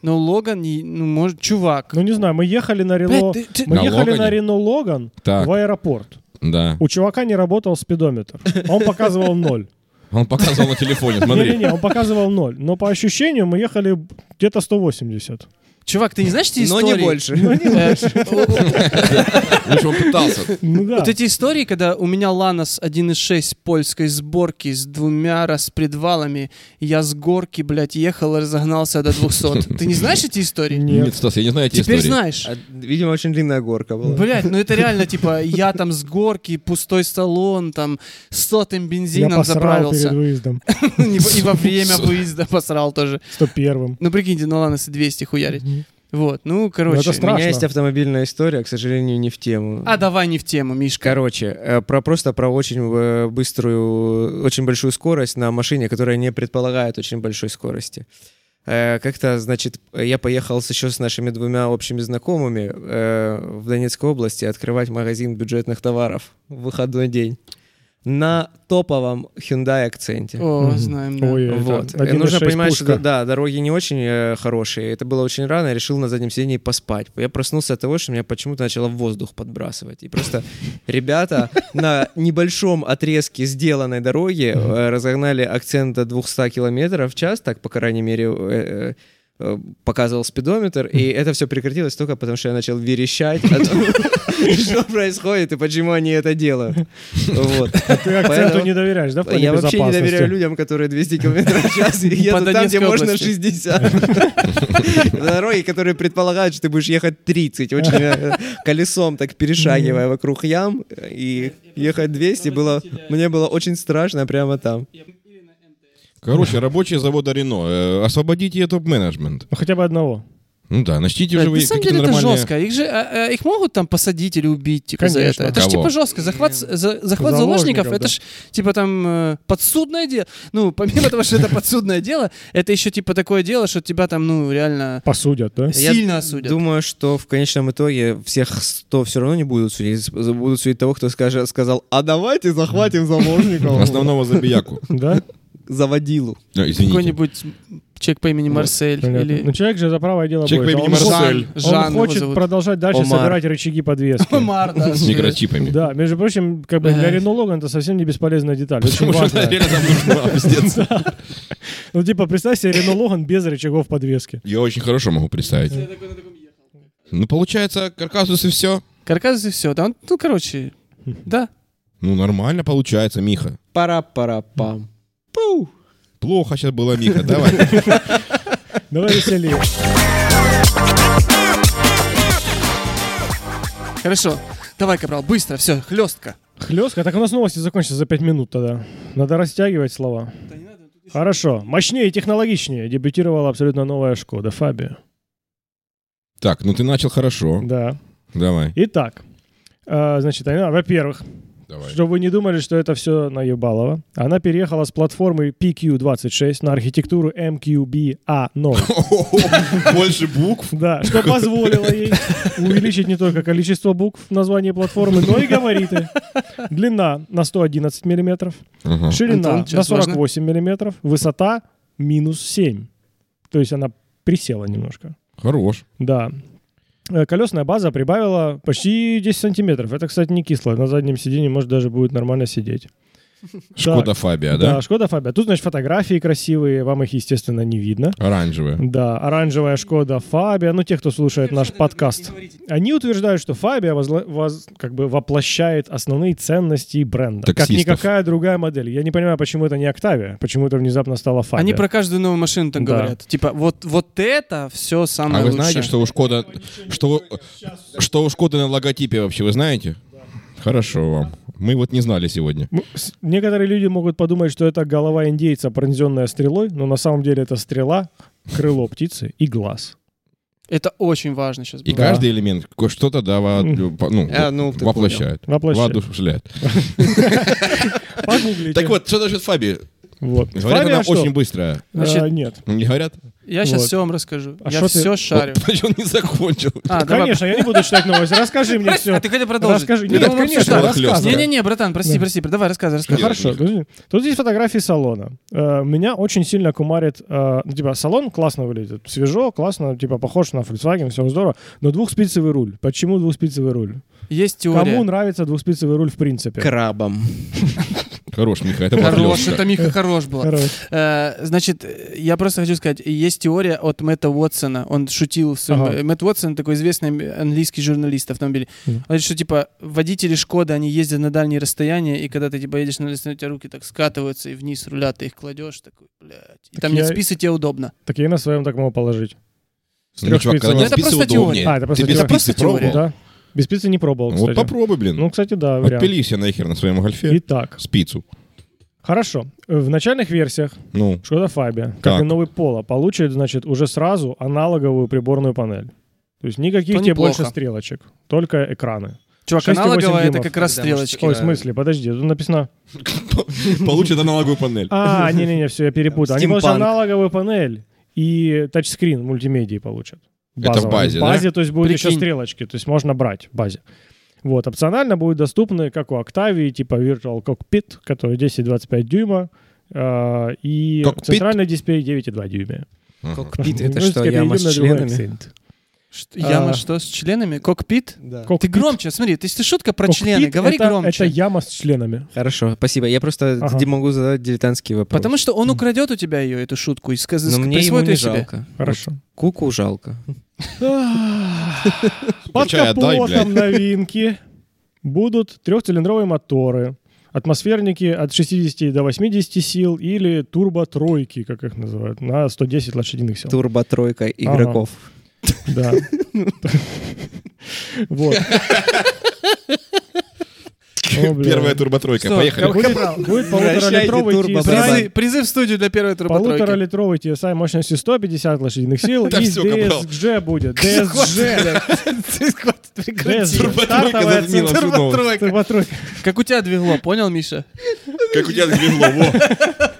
Но Логан, не- ну, может, чувак. Ну, не знаю, мы ехали на Блядь, Рено... ты- ты- Мы На ехали на Логане? Рено Логан Так. в аэропорт. Да. У чувака не работал спидометр. [laughs] Он показывал ноль. Он показывал на телефоне, смотри. Не-не-не, он показывал ноль. Но по ощущению мы ехали где-то 180. Чувак, ты не знаешь эти Но истории? не больше. Э, [laughs] о- о- Лучше он пытался. [laughs] Ну да. Вот эти истории, когда у меня Ланос 1.6 польской сборки с двумя распредвалами, я с горки, блядь, ехал и разогнался до 200. Ты не знаешь эти истории? Нет. Нет, Стас, я не знаю эти Теперь истории. знаешь. А, Видимо, очень длинная горка была. Блять, ну это реально, типа, я там с горки, пустой салон, там, сотым Я бензином посрал перед заправился. выездом. [laughs] И во- и во время выезда посрал тоже. 101-м. Ну, прикиньте, на Ланосе 200 хуярить. Вот, ну, короче. это У страшно. меня есть автомобильная история, к сожалению, не в тему. А давай не в тему, Мишка. Короче, э, про просто про очень э, быструю, очень большую скорость на машине, которая не предполагает очень большой скорости. Э, Как-то, значит, я поехал с- еще с нашими двумя общими знакомыми э, в Донецкой области открывать магазин бюджетных товаров в выходной день на топовом Hyundai акценте. О, Мгм. знаем, да. Ой, Вот. вот. Э, Нужно понимать, что да, дороги не очень э, хорошие. Это было очень рано. Я решил на заднем сидении поспать. Я проснулся от того, что меня почему-то начало в воздух подбрасывать. И просто ребята на небольшом отрезке сделанной дороги э, разогнали акцент до 200 километров в час, так, по крайней мере, э, э, э, показывал спидометр, и это все прекратилось только потому, что я начал верещать о том, [laughs] что происходит и почему они [laughs] это делают. Вот. А Ты акценту Поэтому- не доверяешь, да, в плане я вообще не безопасности? доверяю людям, которые 200 километров в [laughs] час и едут там, где Донецкой можно области. [laughs] 60. На дороге, которые предполагают, что ты будешь ехать 30, очень э, колесом так перешагивая вокруг ям, и ехать 200 было... Мне было очень страшно прямо там. Короче, рабочие завода Рено, э, освободите топ-менеджмент. Ну, Хотя бы одного. Ну да, начните Блядь, уже вы На самом какие-то деле это нормальные- жестко. Их же а, а, их могут там посадить или убить, типа за Конечно. это. Это ж Кого? типа жестко. Захват, с- за- захват Заложников, заложников, это ж типа там э, подсудное дело. Ну, помимо того, что это подсудное дело, это еще типа такое дело, что тебя там, ну, реально Посудят, [laughs] да? Я сильно осудят. Думаю, что в конечном итоге всех 100 все равно не будут судить. Будут судить того, кто скажет, сказал, а давайте захватим заложников. [laughs] Основного забияку. Да? Заводилу. А, Извините. Какой-нибудь человек по имени Марсель Понятно. или Ну, человек же за правое дело Человек борется. по имени Он Марсель. Жан, хочет- Жан Он его хочет зовут. продолжать дальше Омар. собирать рычаги подвески. Омар, да. С микрочипами. Да, между прочим, как бы для Эх. Рено Логан это совсем не бесполезная деталь. Очень Потому что она важная. реально [laughs] там нужна, пиздец. Ну, типа, представь себе Рено Логан без рычагов подвески. Я очень хорошо могу представить. Ну, получается, каркасус и все. Каркас и все. Да, он- ну, короче, да. Ну, нормально получается, Миха. Пара-пара-пам. Пу! Плохо сейчас было, Миха, давай. [laughs] Давай веселее. Хорошо. Давай, Капрал, быстро, все, хлестка. Хлестка. Так у нас новости закончатся за 5 минут тогда. Надо растягивать слова. Хорошо. Мощнее и технологичнее дебютировала абсолютно новая Шкода Фабия. Так, ну ты начал хорошо. Да. Давай. Итак, э, значит, она, во-первых, Давай. Чтобы вы не думали, что это все наебалово. Она переехала с платформы PQ26 на [laughs] архитектуру MQBA0. Больше букв. Да, что позволило [laughs] ей увеличить не только количество букв в названии платформы, [laughs] но и габариты. Длина на 111 миллиметров, Ага. ширина Антон, на сейчас 48 миллиметров, высота минус 7. То есть она присела немножко. Хорош. Да. Э, Колесная база прибавила почти 10 сантиметров. Это, кстати, не кисло. На заднем сиденье, может, даже будет нормально сидеть. Шкода Фабия, Да, да? Шкода Фабия. Тут, значит, фотографии красивые, вам их, естественно, не видно. Оранжевая. Да, оранжевая Шкода Фабия. Ну, те, кто слушает наш подкаст. Они утверждают, что Фабия возла- воз- как бы воплощает основные ценности бренда. Таксистов. Как никакая другая модель. Я не понимаю, почему это не Октавия, почему это внезапно стала Фабия. Они про каждую новую машину так Да. говорят. Типа, вот, вот это все самое А вы лучшее. знаете, что у Шкода... Что, что у Шкоды на логотипе вообще, вы знаете? Хорошо вам. Мы вот не знали сегодня. М- с- Некоторые люди могут подумать, что это голова индейца, пронзенная стрелой, но на самом деле это стрела, крыло птицы и глаз. Это очень важно сейчас И было. каждый элемент ко- что-то да, во- Мгм. по- ну, А, ну, ты воплощает. Воплощает. Воодушевляет. Погуглите. Так вот, что значит Фабия? Вот. Говорят, Фабия она что? очень быстрая. Значит, Э, нет. Не говорят? Я сейчас Вот. все вам расскажу. А я шо ты- все шарю. [laughs] Вот, значит, он не закончил. А, давай. Конечно, я не буду читать новости. Расскажи мне все. А ты хотел продолжить? Расскажи. ну, Я Нет, думал, мы конечно, обсуждали. рассказывай. Не-не-не, братан, прости, Да. прости. Давай, рассказывай, Ну, рассказывай. Нет, Хорошо, нет. подожди. Тут здесь фотографии салона. Э, Меня очень сильно кумарит, э, ну, типа, салон классно выглядит, свежо, классно, типа, похож на Volkswagen, все здорово, но двухспицевый руль. Почему двухспицевый руль? Есть теория. Кому нравится двухспицевый руль в принципе? Крабом. Хорош, Миха, это Хорош, воплёшка. это Миха хорош была. Хорош. Э, Значит, э, я просто хочу сказать, есть теория от Мэтта Уотсона. Он шутил в своем... Ага. э, Мэтт Уотсон такой известный ам- английский журналист автомобилей. Мгм. Он говорит, что типа водители Шкоды, они ездят на дальние расстояния, и когда ты типа едешь на лесной, у тебя руки так скатываются, и вниз руля ты их кладешь, такой, блядь. И Так там нет я- списа, тебе удобно. Так я и на своем так могу положить. С Ну, чувак, когда трехспицевым. не Это спицы, просто теория. удобнее. А, это просто Ты без теория. спицы Это просто пробовал? Да. Без спицы не пробовал, Вот кстати. попробуй, блин. Ну, кстати, да, вариант. Отпились я нахер на своем гольфе. Итак, Спицу. хорошо. Э, В начальных версиях [laughs] Ну, Шкода Фабия, как Так. и новый Пола, получит, значит, уже сразу аналоговую приборную панель. То есть никаких То тебе неплохо. больше стрелочек, только экраны. Чувак, 6,8 аналоговая, это дюймов. как раз Да, может, стрелочки. Ой, в Да. смысле, подожди, тут написано... получит аналоговую панель. [laughs] А, не-не-не, все, я перепутал. Они Стимпанк. получат аналоговую панель и тачскрин мультимедии получат. Это в базе, В да? базе, то есть будут еще Прикинь. стрелочки, то есть можно брать в базе. Вот, опционально будут доступны, как у Octavia, типа Virtual Cockpit, который 10-25 дюйма, а, и Cockpit? центральный дисплей 9,2 дюйма. Ага. Кокпит — [laughs] это Ну, что, теперь яма идем с на другой членами? акцент. Что- Яма А. что, с членами? Кокпит? Да. Кокпит. Ты громче, смотри, ты если шутка про Кокпит члены, говори это- громче. Это яма с членами. Хорошо, спасибо. Я просто Ага. д- могу задавать дилетантские вопросы. Потому что он украдет у тебя ее, эту шутку, и сказ... Но мне его присвоит не ее себе. жалко. [laughs] Хорошо. Куку жалко. Под Чай отдай, капотом новинки будут трехцилиндровые моторы, атмосферники от 60 до 80 сил или турбо-тройки, как их называют, на 110 лошадиных сил. Турбо-тройка игроков. Да. Вот. О, [laughs] бля. Первая турботройка. Что, Поехали. кого- Будет, будет полуторалитровый Вращайте Призы- Давай. TSI, Призыв в студию для первой турботройки. полуторалитровый TSI мощностью 150 [laughs] лошадиных сил и Да всё, капрал. DSG будет. [laughs] DSG. Ты хватит, [laughs] прекрати. DSG. Турботройка Стартовая затмила цена. всю новость. Турботройка. Турботройка. Как у тебя двигло, понял, Миша? Как у тебя сгибло, во.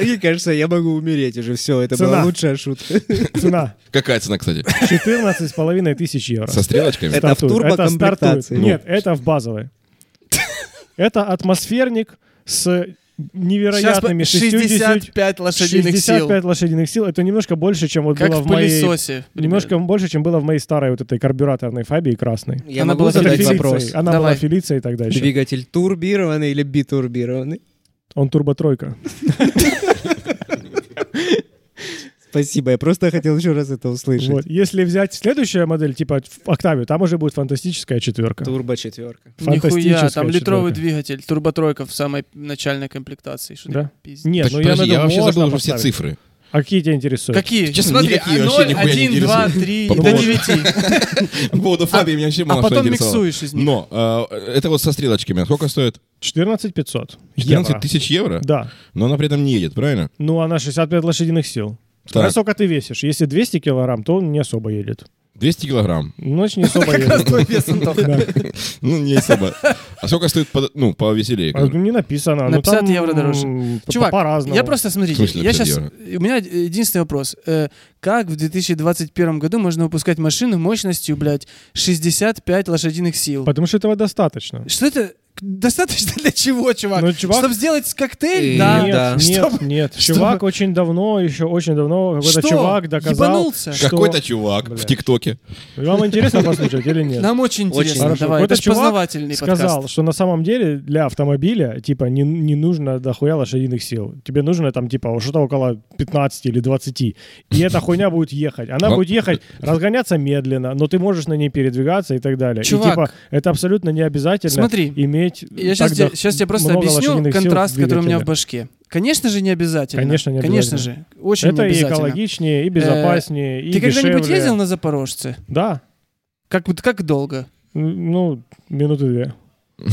Мне кажется, я могу умереть уже. Все, это Цена. была лучшая шутка. Цена [laughs] Какая цена, кстати? 14,5 тысяч евро. Со стрелочками? Это в Стартует. турбокомплектации. стартует. Нет, это в [laughs] базовой. Это атмосферник с Сейчас по- невероятными 60 65 лошадиных сил. 65 лошадиных сил. Это немножко больше, чем вот Как было в в моей... пылесосе. Немножко больше, чем было в моей старой вот этой карбюраторной фабии красной. Я Она могу была задать филиппинцей. вопрос. Она Давай. была Фелиция и так дальше. Двигатель турбированный или битурбированный? Он турботройка. Спасибо, я просто хотел еще раз это услышать. Вот. Если взять следующая модель, типа в Октавию, там уже будет фантастическая четверка. Турбо четверка. Нихуя, Фантастическая там литровый четвёрка. двигатель, турботройка в самой начальной комплектации. Что ты Да? пиздишь? Нет, Так, ну я подожди, надеюсь, я вообще можно забыл уже все поставить. цифры. А какие тебя интересуют? Какие? Честно, Смотри, никакие а вообще 0, нихуя не 1, 2, 3, По до поводу- [laughs] 9. По поводу Фаби меня вообще А мало что потом интересовало. миксуешь из них. Но э, это вот со стрелочками. А Сколько стоит? 14 500. 14 тысяч евро? Да. Но она при этом не едет, правильно? Ну, она 65 лошадиных сил. Смотря Так, сколько ты весишь. Если 200 килограмм, то он не особо едет. 200 килограмм. Ну, Значит, [laughs] не особо едет. Твой вес, Антоха. Да. Ну, не особо. А сколько стоит, под- ну, повеселее? А, ну, Не написано. На Ну, там, 50 евро дороже. м, по- Чувак, по-разному. я просто, смотрите, В смысле я 50 сейчас, у меня единственный вопрос. Э, как в 2021 году можно выпускать машину мощностью, блядь, 65 лошадиных сил? Потому что этого достаточно. Что это? Достаточно для чего, чувак? Ну, чувак- Чтобы сделать коктейль? Э, Да. Нет, да. нет, Чтобы- нет. чтобы- Чувак очень давно, еще очень давно, какой-то Что? чувак доказал. Ебанулся? что- Какой-то чувак в Блядь. ТикТоке. Вам интересно послушать или нет? Нам очень Очень. интересно. Хорошо. Давай, Какой-то это ж чувак познавательный сказал, подкаст. что на самом деле для автомобиля, типа, не, не нужно дохуя лошадиных сил. Тебе нужно там, типа, что-то около 15 или 20. И эта хуйня будет ехать. Она Ну, будет ехать, разгоняться медленно, но ты можешь на ней передвигаться и так далее. Чувак, и, типа, это абсолдно не обязательно смотри, иметь Я сейчас, тогда тебе, щас тебе просто много объясню лошадиных сил контраст, который у меня в двигателе. башке. Конечно же, не обязательно. Конечно, не Конечно же, очень не Это и обязательно. Э, экологичнее, и безопаснее, и Ты когда-нибудь дешевле. ездил на Запорожце? Да. Как, вот- как долго? М, Ну, минуты две.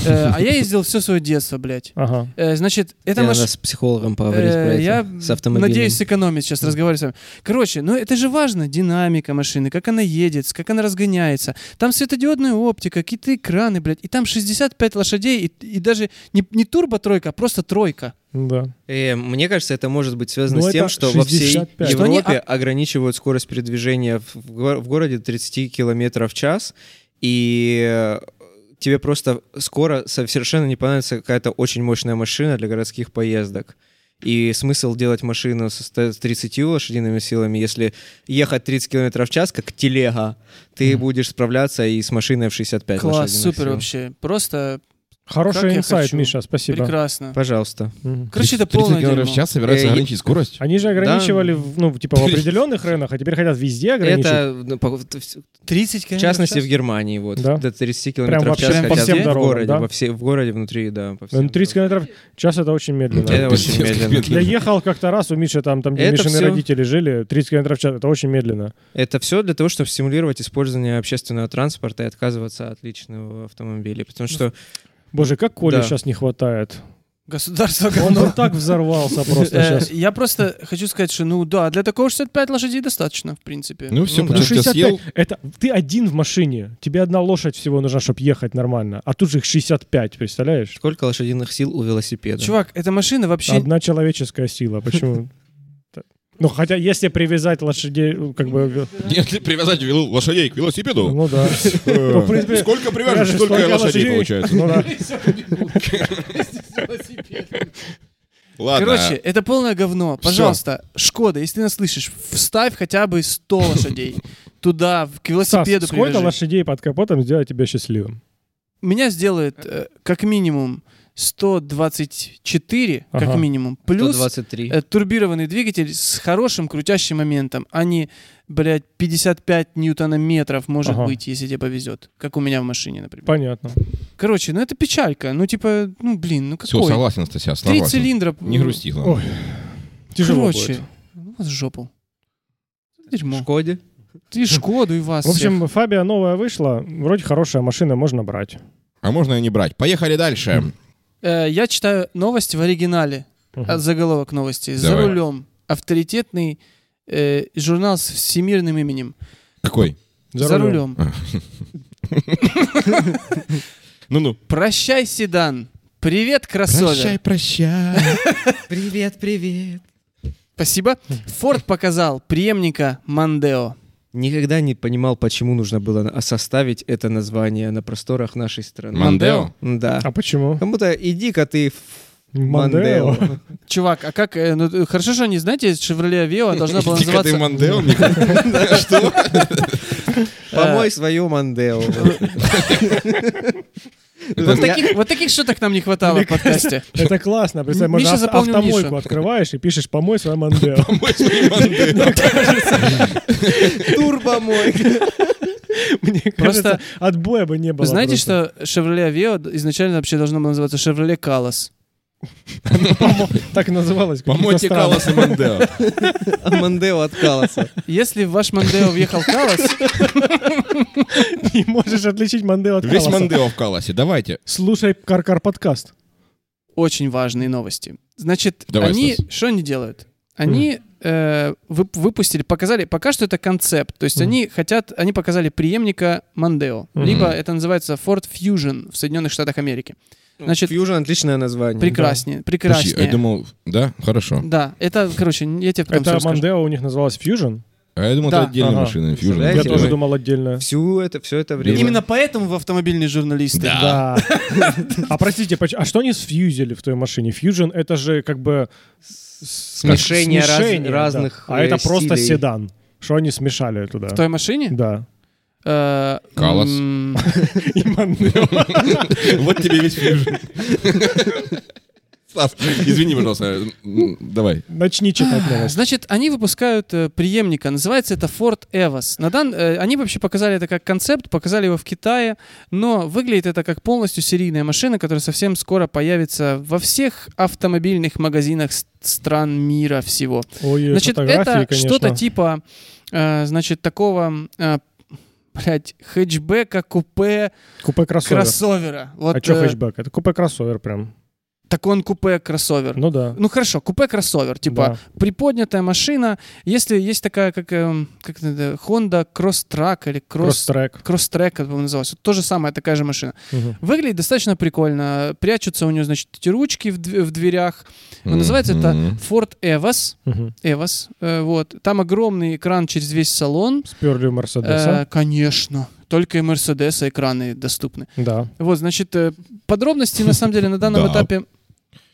Э, а я ездил все свое детство, блядь. Ага. Э, значит, это Мне маш- надо с психологом поговорить про Э, это. Я с автомобилем. надеюсь сэкономить сейчас, разговаривать с вами. Короче, ну это же важно, динамика машины, как она едет, как она разгоняется. Там светодиодная оптика, какие-то экраны, блядь, и там 65 лошадей, и, и даже не, не турбо-тройка, а просто тройка. Ну Да. Э, мне кажется, это может быть связано Ну, с тем, это что во всей 65. Что они- Европе ограничивают скорость передвижения в, го- в городе до 30 километров в час, и э, тебе просто скоро со- совершенно не понадобится какая-то очень мощная машина для городских поездок. И смысл делать машину со ста- с 30 лошадиными силами, если ехать 30 километров в час, как телега, ты будешь справляться и с машиной в 65 Класс, лошадиных супер сил. вообще. Просто Как Хороший я инсайт, хочу. Миша, спасибо. прекрасно. Пожалуйста. Мгм. Короче, это 30 полное Типа, километров в дерьмо. час собираются Э, ограничить скорость. Они же ограничивали, в- ну, типа, [laughs] в определенных районах, а теперь хотят везде ограничить. Это ну, по- в- 30 километров В частности, час? в Германии, вот, Да. до 30 километров в вообще час прям по хотят всем в дорогам, городе, да? во все, в городе внутри, да, по всем Ну, 30 километров в час это очень медленно. Это Пиздец, очень как медленно. Я ехал как-то раз у Миши, там, там где Это Мишины всё. родители жили, 30 километров в час, это очень медленно. дорогам. Это все для того, чтобы стимулировать использование общественного транспорта и отказываться от личного автомобиля, потому что Боже, как Коля Да. сейчас не [laughs] хватает. Государство Он говно. вот так взорвался просто Э, сейчас. Я просто хочу сказать, что ну да, для такого 65 лошадей достаточно, в принципе. Ну все, Ну потому да. что я съел. это ты один в машине, тебе одна лошадь всего нужна, чтобы ехать нормально, а тут же их 65, представляешь? сколько лошадиных сил у велосипеда? Чувак, эта машина вообще... Одна человеческая сила, [laughs] почему? Так. Ну, хотя, если привязать лошадей, ну, как бы... [laughs] Если привязать вел- лошадей к велосипеду, Э, Ну да. Ну, в принципе, сколько Даже привяжешь, столько и столько лошадей лошадей. получается. Ну да. Ладно. Короче, это полное говно. Всё. Пожалуйста, Шкода, если ты нас слышишь, вставь хотя бы 100 лошадей туда, в- к Стас, велосипеду сколько привяжи. лошадей под капотом сделает тебя счастливым? Меня сделает э, как минимум 124, как Ага. минимум, плюс 123. э, турбированный двигатель с хорошим крутящим моментом, а не, блядь, 55 ньютонометров, может Ага. быть, если тебе повезет, как у меня в машине, например. Понятно. Короче, ну это печалька. Ну типа, ну блин, ну Все, какой? согласен, Стася, Три согласен. цилиндра. Не грусти, Ой, главное. Тяжело будет. Короче, ну вас в жопу. В Дерьмо. Шкоде? И Шкоду, и вас а В общем, Фабия новая вышла. Вроде хорошая машина, можно брать. А можно и не брать. Поехали дальше. Э, Я читаю новость в оригинале. От заголовок новости. За Давай. рулем. Авторитетный э, журнал с всемирным именем. Какой? За, рулем. Ну-ну. Прощай, седан. Привет, кроссовер. прощай. Привет, привет. Спасибо. Форд показал преемника Мандео. Никогда не понимал, почему нужно было на- составить это название на просторах нашей страны. Мандео? Да. А почему? Кому-то иди-ка ты в Мандео. Мандео. Чувак, а как... э, ну, э, хорошо, что не знаете, Шевроле Авео должна была Иди-ка ты, называться... Мандео, [laughs] Михаил. Э, Помой свою Ну, Мандео. [laughs] Ну, Вот таких, вот таких шуток нам не хватало в подкасте. Это классно. Представь, Миша можно авто- заполнил автомойку нишу. открываешь и пишешь «Помой свой Мандео». Помой свою Мандео. Турбо мой. [laughs] Мне кажется, отбоя бы не было. Вы знаете, просто. что Шевроле Авео изначально вообще должно было называться Шевроле Калас? [laughs] Помо- Так и называлось. какие-то Помойте страны. Калас и [laughs] Мандео. А Мандео откалался. Если в ваш Мандео въехал Калас, [laughs] Не можешь отличить Мандео от Весь Каласа. Мандео в Каласе. Давайте. Слушай Каркар подкаст. очень важные новости. Значит, Давай, они Стас. что они делают? Они э, вып- выпустили, показали, пока что это концепт, то есть Мгм. они хотят, они показали преемника Мандео, Мгм. либо это называется Ford Fusion в Соединенных Штатах Америки. Значит, Fusion отличное название. прекраснее, Подожди, прекраснее. Я думал, да, хорошо. Да, это, короче, я тебе потом Это всё расскажу. Мандео у них называлась Fusion. А я думал, Да. это отдельная Ага. машина. Fusion. Представляете? Я Знаете, тоже да. думал отдельно. Всю это, все это время. Именно поэтому в автомобильные журналисты. Да. [laughs] А простите, поч- а что они сфьюзили в той машине? Fusion это же как бы смешение, раз- смешение, да. разных А э, это просто стилей. седан. Что они смешали туда? В той машине? Да. Э, Калас. м, И Мандео. Вот тебе весь Fusion. Стас, извини, пожалуйста. М, Давай. Начни читать А. новость. Э, Значит, они выпускают э, преемника, называется это Ford Evos. На дан... э, они вообще показали это как концепт, показали его в Китае, но выглядит это как полностью серийная машина, которая совсем скоро появится во всех автомобильных магазинах с- стран мира всего. Ой, Значит, фотографии, это конечно. что-то типа, э, значит, такого, э, блядь, хэтчбека, купе, Купе-кроссовер. кроссовера. Вот, А что э, хэтчбэк? Это купе-кроссовер прям. Так он купе, кроссовер. Ну да. Ну хорошо, купе кроссовер, типа приподнятая машина. Если есть такая, как, эм, как это, Honda Cross Track или Cross Кросс-трек. Cross-Track, как бы называлась. Вот То же самое, такая же машина. Мгм. Выглядит достаточно прикольно. Прячутся у нее, значит, эти ручки в, дв- в дверях. Ну, Называется это Мгм. Ford Evos. Мгм. Evos, э, вот. Там огромный экран через весь салон. Сперли у Э, Мерседеса. конечно. Только и Мерседеса экраны доступны. Да. Вот, значит, э, подробности, на самом деле, на данном Да. этапе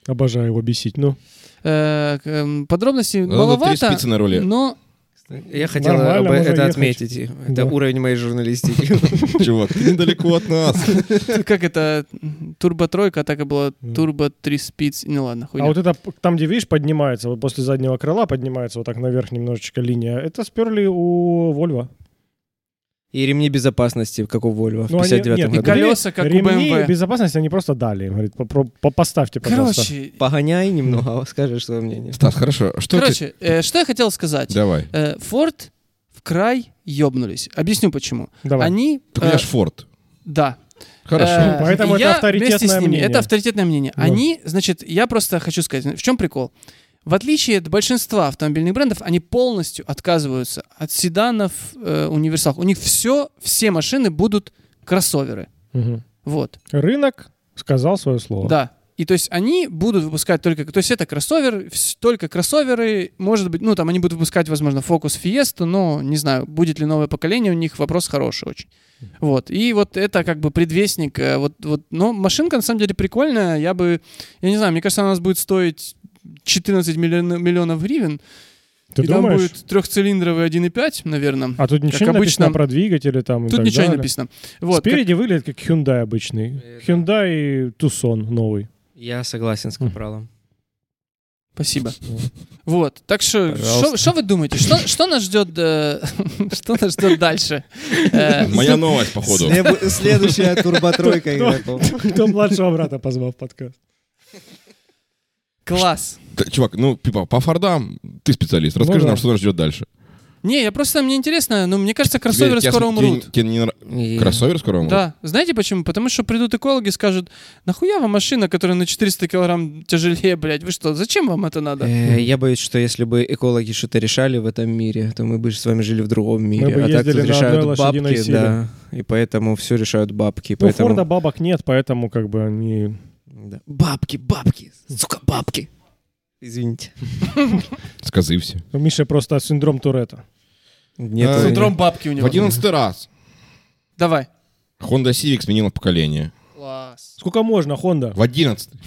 Обожаю его бесить. Ну, Э, к- эм, подробностей Надо маловато, Ну, три спицы на руле. но Я хотел Нормально, об- это можно ехать. отметить. Это Да. уровень моей журналистики. [laughs] Чувак, ты недалеко от нас. как это турбо тройка, а так и было Мгм. турбо три спиц. Ну ладно, хуйня. а вот это п- там, где, видишь, поднимается, вот после заднего крыла поднимается вот так наверх немножечко линия, это сперли у Вольво. И ремни безопасности, как у Вольво в Ну, они- 59 нет, И это- году. колеса, как у Ремни BMW. безопасности они просто дали. им, Говорит, попро- по- поставьте, пожалуйста. Короче, Погоняй немного, скажешь свое мнение. Стас, хорошо. Что ты... короче, э, что я хотел сказать? Давай. Э, Форд в край ёбнулись. Объясню почему. Давай. Они... Так у э, меня ж Форд. Хорошо. Э, Поэтому это я авторитетное вместе с ними- мнение. Это авторитетное мнение. Да. Они, значит, я просто хочу сказать, в чем прикол? В отличие от большинства автомобильных брендов, они полностью отказываются от седанов, э, универсалов. У них все, все машины будут кроссоверы. Мгм. Вот, Рынок сказал свое слово. да. И то есть они будут выпускать только... То есть это кроссовер, вс- только кроссоверы, может быть, ну там они будут выпускать, возможно, Focus Fiesta, но не знаю, будет ли новое поколение, у них вопрос хороший очень. Вот, и вот это как бы предвестник, э, вот, вот, но машинка на самом деле прикольная, я бы, я не знаю, мне кажется, она у нас будет стоить 14 миллион- миллионов гривен, Ты и там думаешь? будет трехцилиндровый 1.5, наверное, А тут ничего не обычно- написано про двигатели там и тут так ничего не далее? написано. Вот, как- Спереди выглядит как Hyundai обычный. Э, да. Hyundai Tucson новый. Я согласен с Хм. Капралом. Спасибо. Вот. Так что, Пожалуйста. что вы думаете? Что, что нас ждет, э, [laughs] что нас ждет дальше? Э, Моя новость, походу. [laughs] Слеб- Следующая Кто- турботройка игроков. Кто младшего брата позвал в подкаст? Класс. Т- Чувак, ну, типа, по Фордам ты специалист. Ну Расскажи да. Ну нам, что нас ждет дальше. Не, я просто, мне интересно, но мне кажется, кроссоверы Тебе- скоро тебе- тебе- умрут. тебе не нра- И- Кроссовер скоро умрут? Да, знаете почему? Потому что придут экологи и скажут, нахуя вам машина, которая на 400 килограмм тяжелее, блядь, вы что, зачем вам это надо? Э, Я боюсь, что если бы экологи что-то решали в этом мире, то мы бы с вами жили в другом мире. бы а так ездили тут на решают одной лошадиной бабки, силе. да. И поэтому все решают бабки. У поэтому... Ну, Форда бабок нет, поэтому как бы они... Да. Бабки, бабки, сука, бабки. Извините. Сказы все. У Миши ну, просто синдром Туретта. Нет, Э, э, Синдром бабки у В него. одиннадцатый раз Давай. Honda Civic сменила поколение. Класс. Сколько можно, Хонда? В одиннадцатый.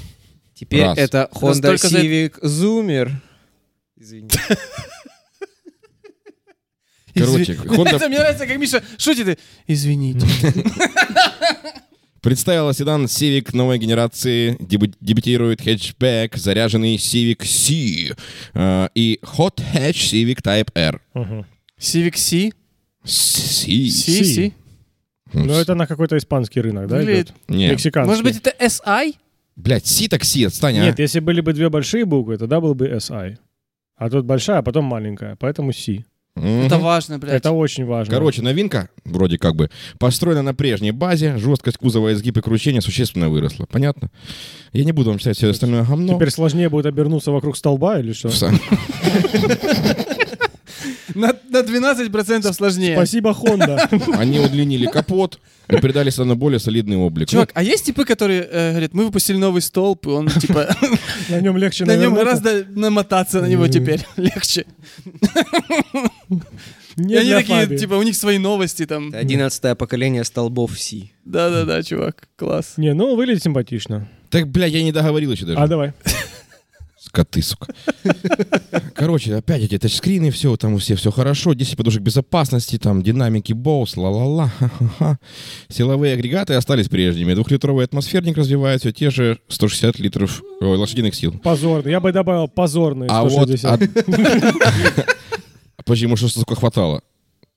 Теперь раз. это нас Honda только за- Civic Zoomer. Извините. [laughs] Короче, Honda Это мне нравится, как Миша шутит. и, Извините. Представила седан Civic новой генерации, дебю- дебютирует хэтчбэк, заряженный Civic C э, и Hot Hatch Civic Type R. Мгм. Civic C. C, Си. Си. C. Ну это на какой-то испанский рынок, да? Выглядит- идет? Не. Мексиканский. Может быть, это SI? Блядь, Си так Си, отстань, а. Нет, если были бы две большие буквы, тогда был бы SI. А тут большая, а потом маленькая, поэтому C. Мгм. Это важно, блядь. Это очень важно. Короче, новинка, вроде как бы, построена на прежней базе, жесткость кузова, изгиб и кручение существенно выросла. Понятно? Я не буду вам читать все остальное говно. Теперь сложнее будет обернуться вокруг столба или что? ну. В сам- На на 12% сложнее. Спасибо, Хонда. [laughs] Они удлинили капот и придали стану более солидный облик. Чувак, а есть типы, которые э, говорят, мы выпустили новый столб, и он [laughs] типа [laughs] На нем легче на нем навернуться. гораздо намотаться на него теперь [laughs] легче. Не И они для такие, Фаби. типа, у них свои новости там. Одиннадцатое поколение столбов C. Да-да-да, чувак, класс. Не, ну выглядит симпатично. Ну, Так, блядь, я не договорил еще даже. А давай. Скоты, сука. Короче, опять эти тачскрины, все, там все, все хорошо. 10 подушек безопасности, там динамики Bose, ла-ла-ла. ха-ха-ха. Силовые агрегаты остались прежними. Двухлитровый атмосферник развивает все те же 160 литров ой, лошадиных сил. Позорный. Я бы добавил позорный. А вот... 160. от- Почему? Что столько хватало?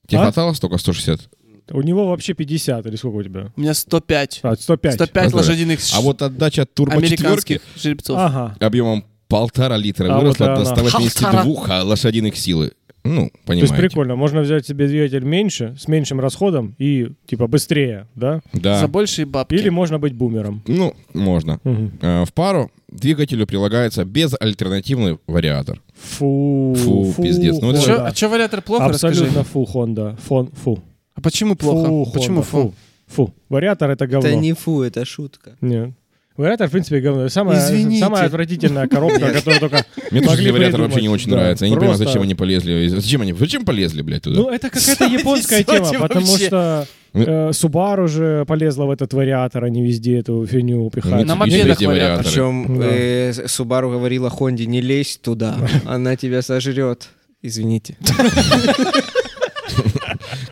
Тебе А? хватало столько 160? У него вообще 50 или сколько у тебя? У меня 105. А, 105. 105 Поздравляю. лошадиных А вот отдача от турбо американских четверки жеребцов. Ага. объемом полтора литра А выросла вот до она. 182 а, лошадиных силы. Ну, То есть понимаете. прикольно, можно взять себе двигатель меньше, с меньшим расходом и типа быстрее, да? За Да. большие бабки. Или можно быть бумером. Ну, можно. Мгм. Э, в пару двигателю прилагается безальтернативный вариатор. Фу, Фу, пиздец. Ну, это Чё- Honda. а что вариатор плохо, Абсолютно расскажи? фу, Honda. Фон, фу. А почему плохо? Фу, почему Honda, фу? Фу. Вариатор это говно. Это не фу, это шутка. Нет. Вариатор, в принципе, говно. Самая, Извините. самая отвратительная коробка, которая только... Мне тоже Могли эти вариаторы вообще не придумать, очень да. нравятся. Я не понимаю, Просто- зачем они полезли. Зачем они? Зачем полезли, блядь, туда? Ну, это какая-то японская несете тема, потому вообще? что Ну. э, Subaru уже полезла в этот вариатор, они везде эту фигню пихают. на Mitsubishi мопедах эти вариаторы. Причем Да. э, Субару говорила Хонде, не лезь [laughs] туда, она тебя сожрет. Извините.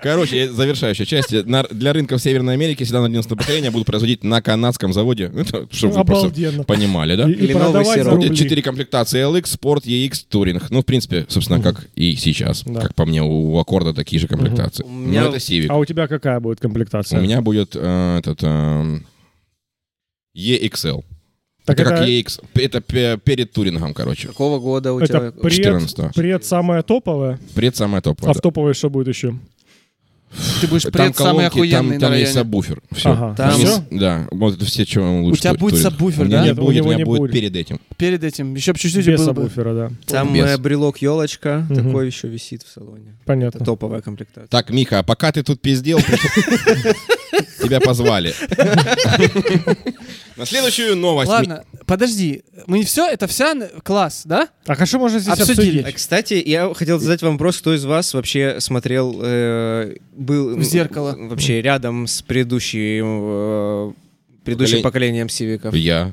Короче, завершающая часть. На- Для рынков Северной Америки седан 11 поколения будут производить на канадском заводе. Ну, Это, чтобы вы просто Обалденно. понимали, да? И, и Или новый продавать за сироп. Будет рубли. Четыре комплектации LX, Sport, EX, Touring. Ну, в принципе, собственно, как и сейчас. Да. Как по мне, у Аккорда такие же комплектации. У Ну, меня- это Civic. А у тебя какая будет комплектация? У меня будет э, этот E э, EXL. Так это, как это- EX. Это пе- перед Турингом, короче. Какого года у Это тебя? пред, 14. пред самое топовое, Пред самое топовое. а в топовое что будет еще? Ты будешь Там пред самый колонки, охуенный там, на там районе. есть сабвуфер. Все. Ага. Там- Всё? Да, вот это все, чем лучше. тебя Ту- будет Туринг. сабвуфер, У меня да? не Нет, у будет, у него меня не будет будет. перед этим. Перед этим. Еще бы чуть-чуть и Без было бы. сабвуфера, да. Там Без. э, брелок елочка, Мгм. такой еще висит в салоне. Это Понятно. топовая комплектация. Так, Миха, а пока ты тут пиздел, [laughs] тебя позвали. На следующую новость. Ладно, подожди. Мы все, это вся н- класс, да? А хорошо, можно здесь Обсудили. обсудить. А, кстати, я хотел задать вам вопрос, кто из вас вообще смотрел, э, был В зеркало. м, вообще рядом с предыдущим, э, предыдущим Поколе- поколением сивиков. Я.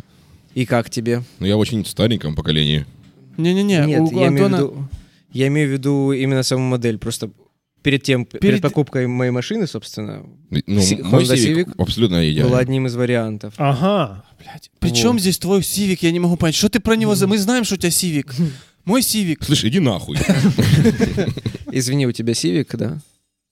И как тебе? Ну, я в очень стареньком поколении. Не-не-не, Нет, Э, у я, Антона... имею в виду, я имею в виду именно саму модель. Просто перед тем, перед, Перед- покупкой моей машины, собственно, Ну, Си- мой Honda Civic Civic абсолютно была идеальный. одним из вариантов. Ага. Блядь, При чем здесь твой Сивик? Я не могу понять. Что ты про него... за- Мы знаем, что у тебя Сивик. Мой Сивик. [laughs] Слышь, иди нахуй. Извини, у тебя сивик, да?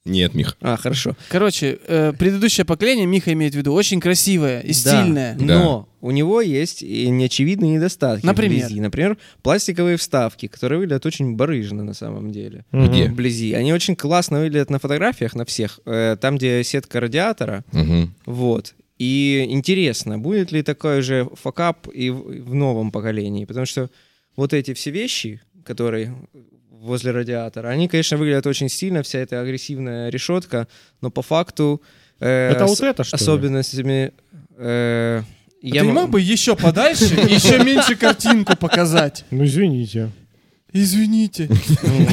Нет, Миха. А, хорошо. Короче, э, предыдущее поколение, Миха имеет в виду, очень красивое и Да, стильное. Да. Но у него есть и неочевидные недостатки. Например? Вблизи. Например, пластиковые вставки, которые выглядят очень барыжно на самом деле. Где? Вблизи. Они очень классно выглядят на фотографиях, на всех. Э, Там, где сетка радиатора, Мгм. вот. И интересно, будет ли такой же факап и в, в новом поколении? Потому что вот эти все вещи, которые возле радиатора, они, конечно, выглядят очень сильно, вся эта агрессивная решетка, но по факту... э, Это с вот это, что ли? особенностями... э, А я ты не м- мог бы еще подальше, еще меньше картинку показать? Ну, извините. Извините. Ну,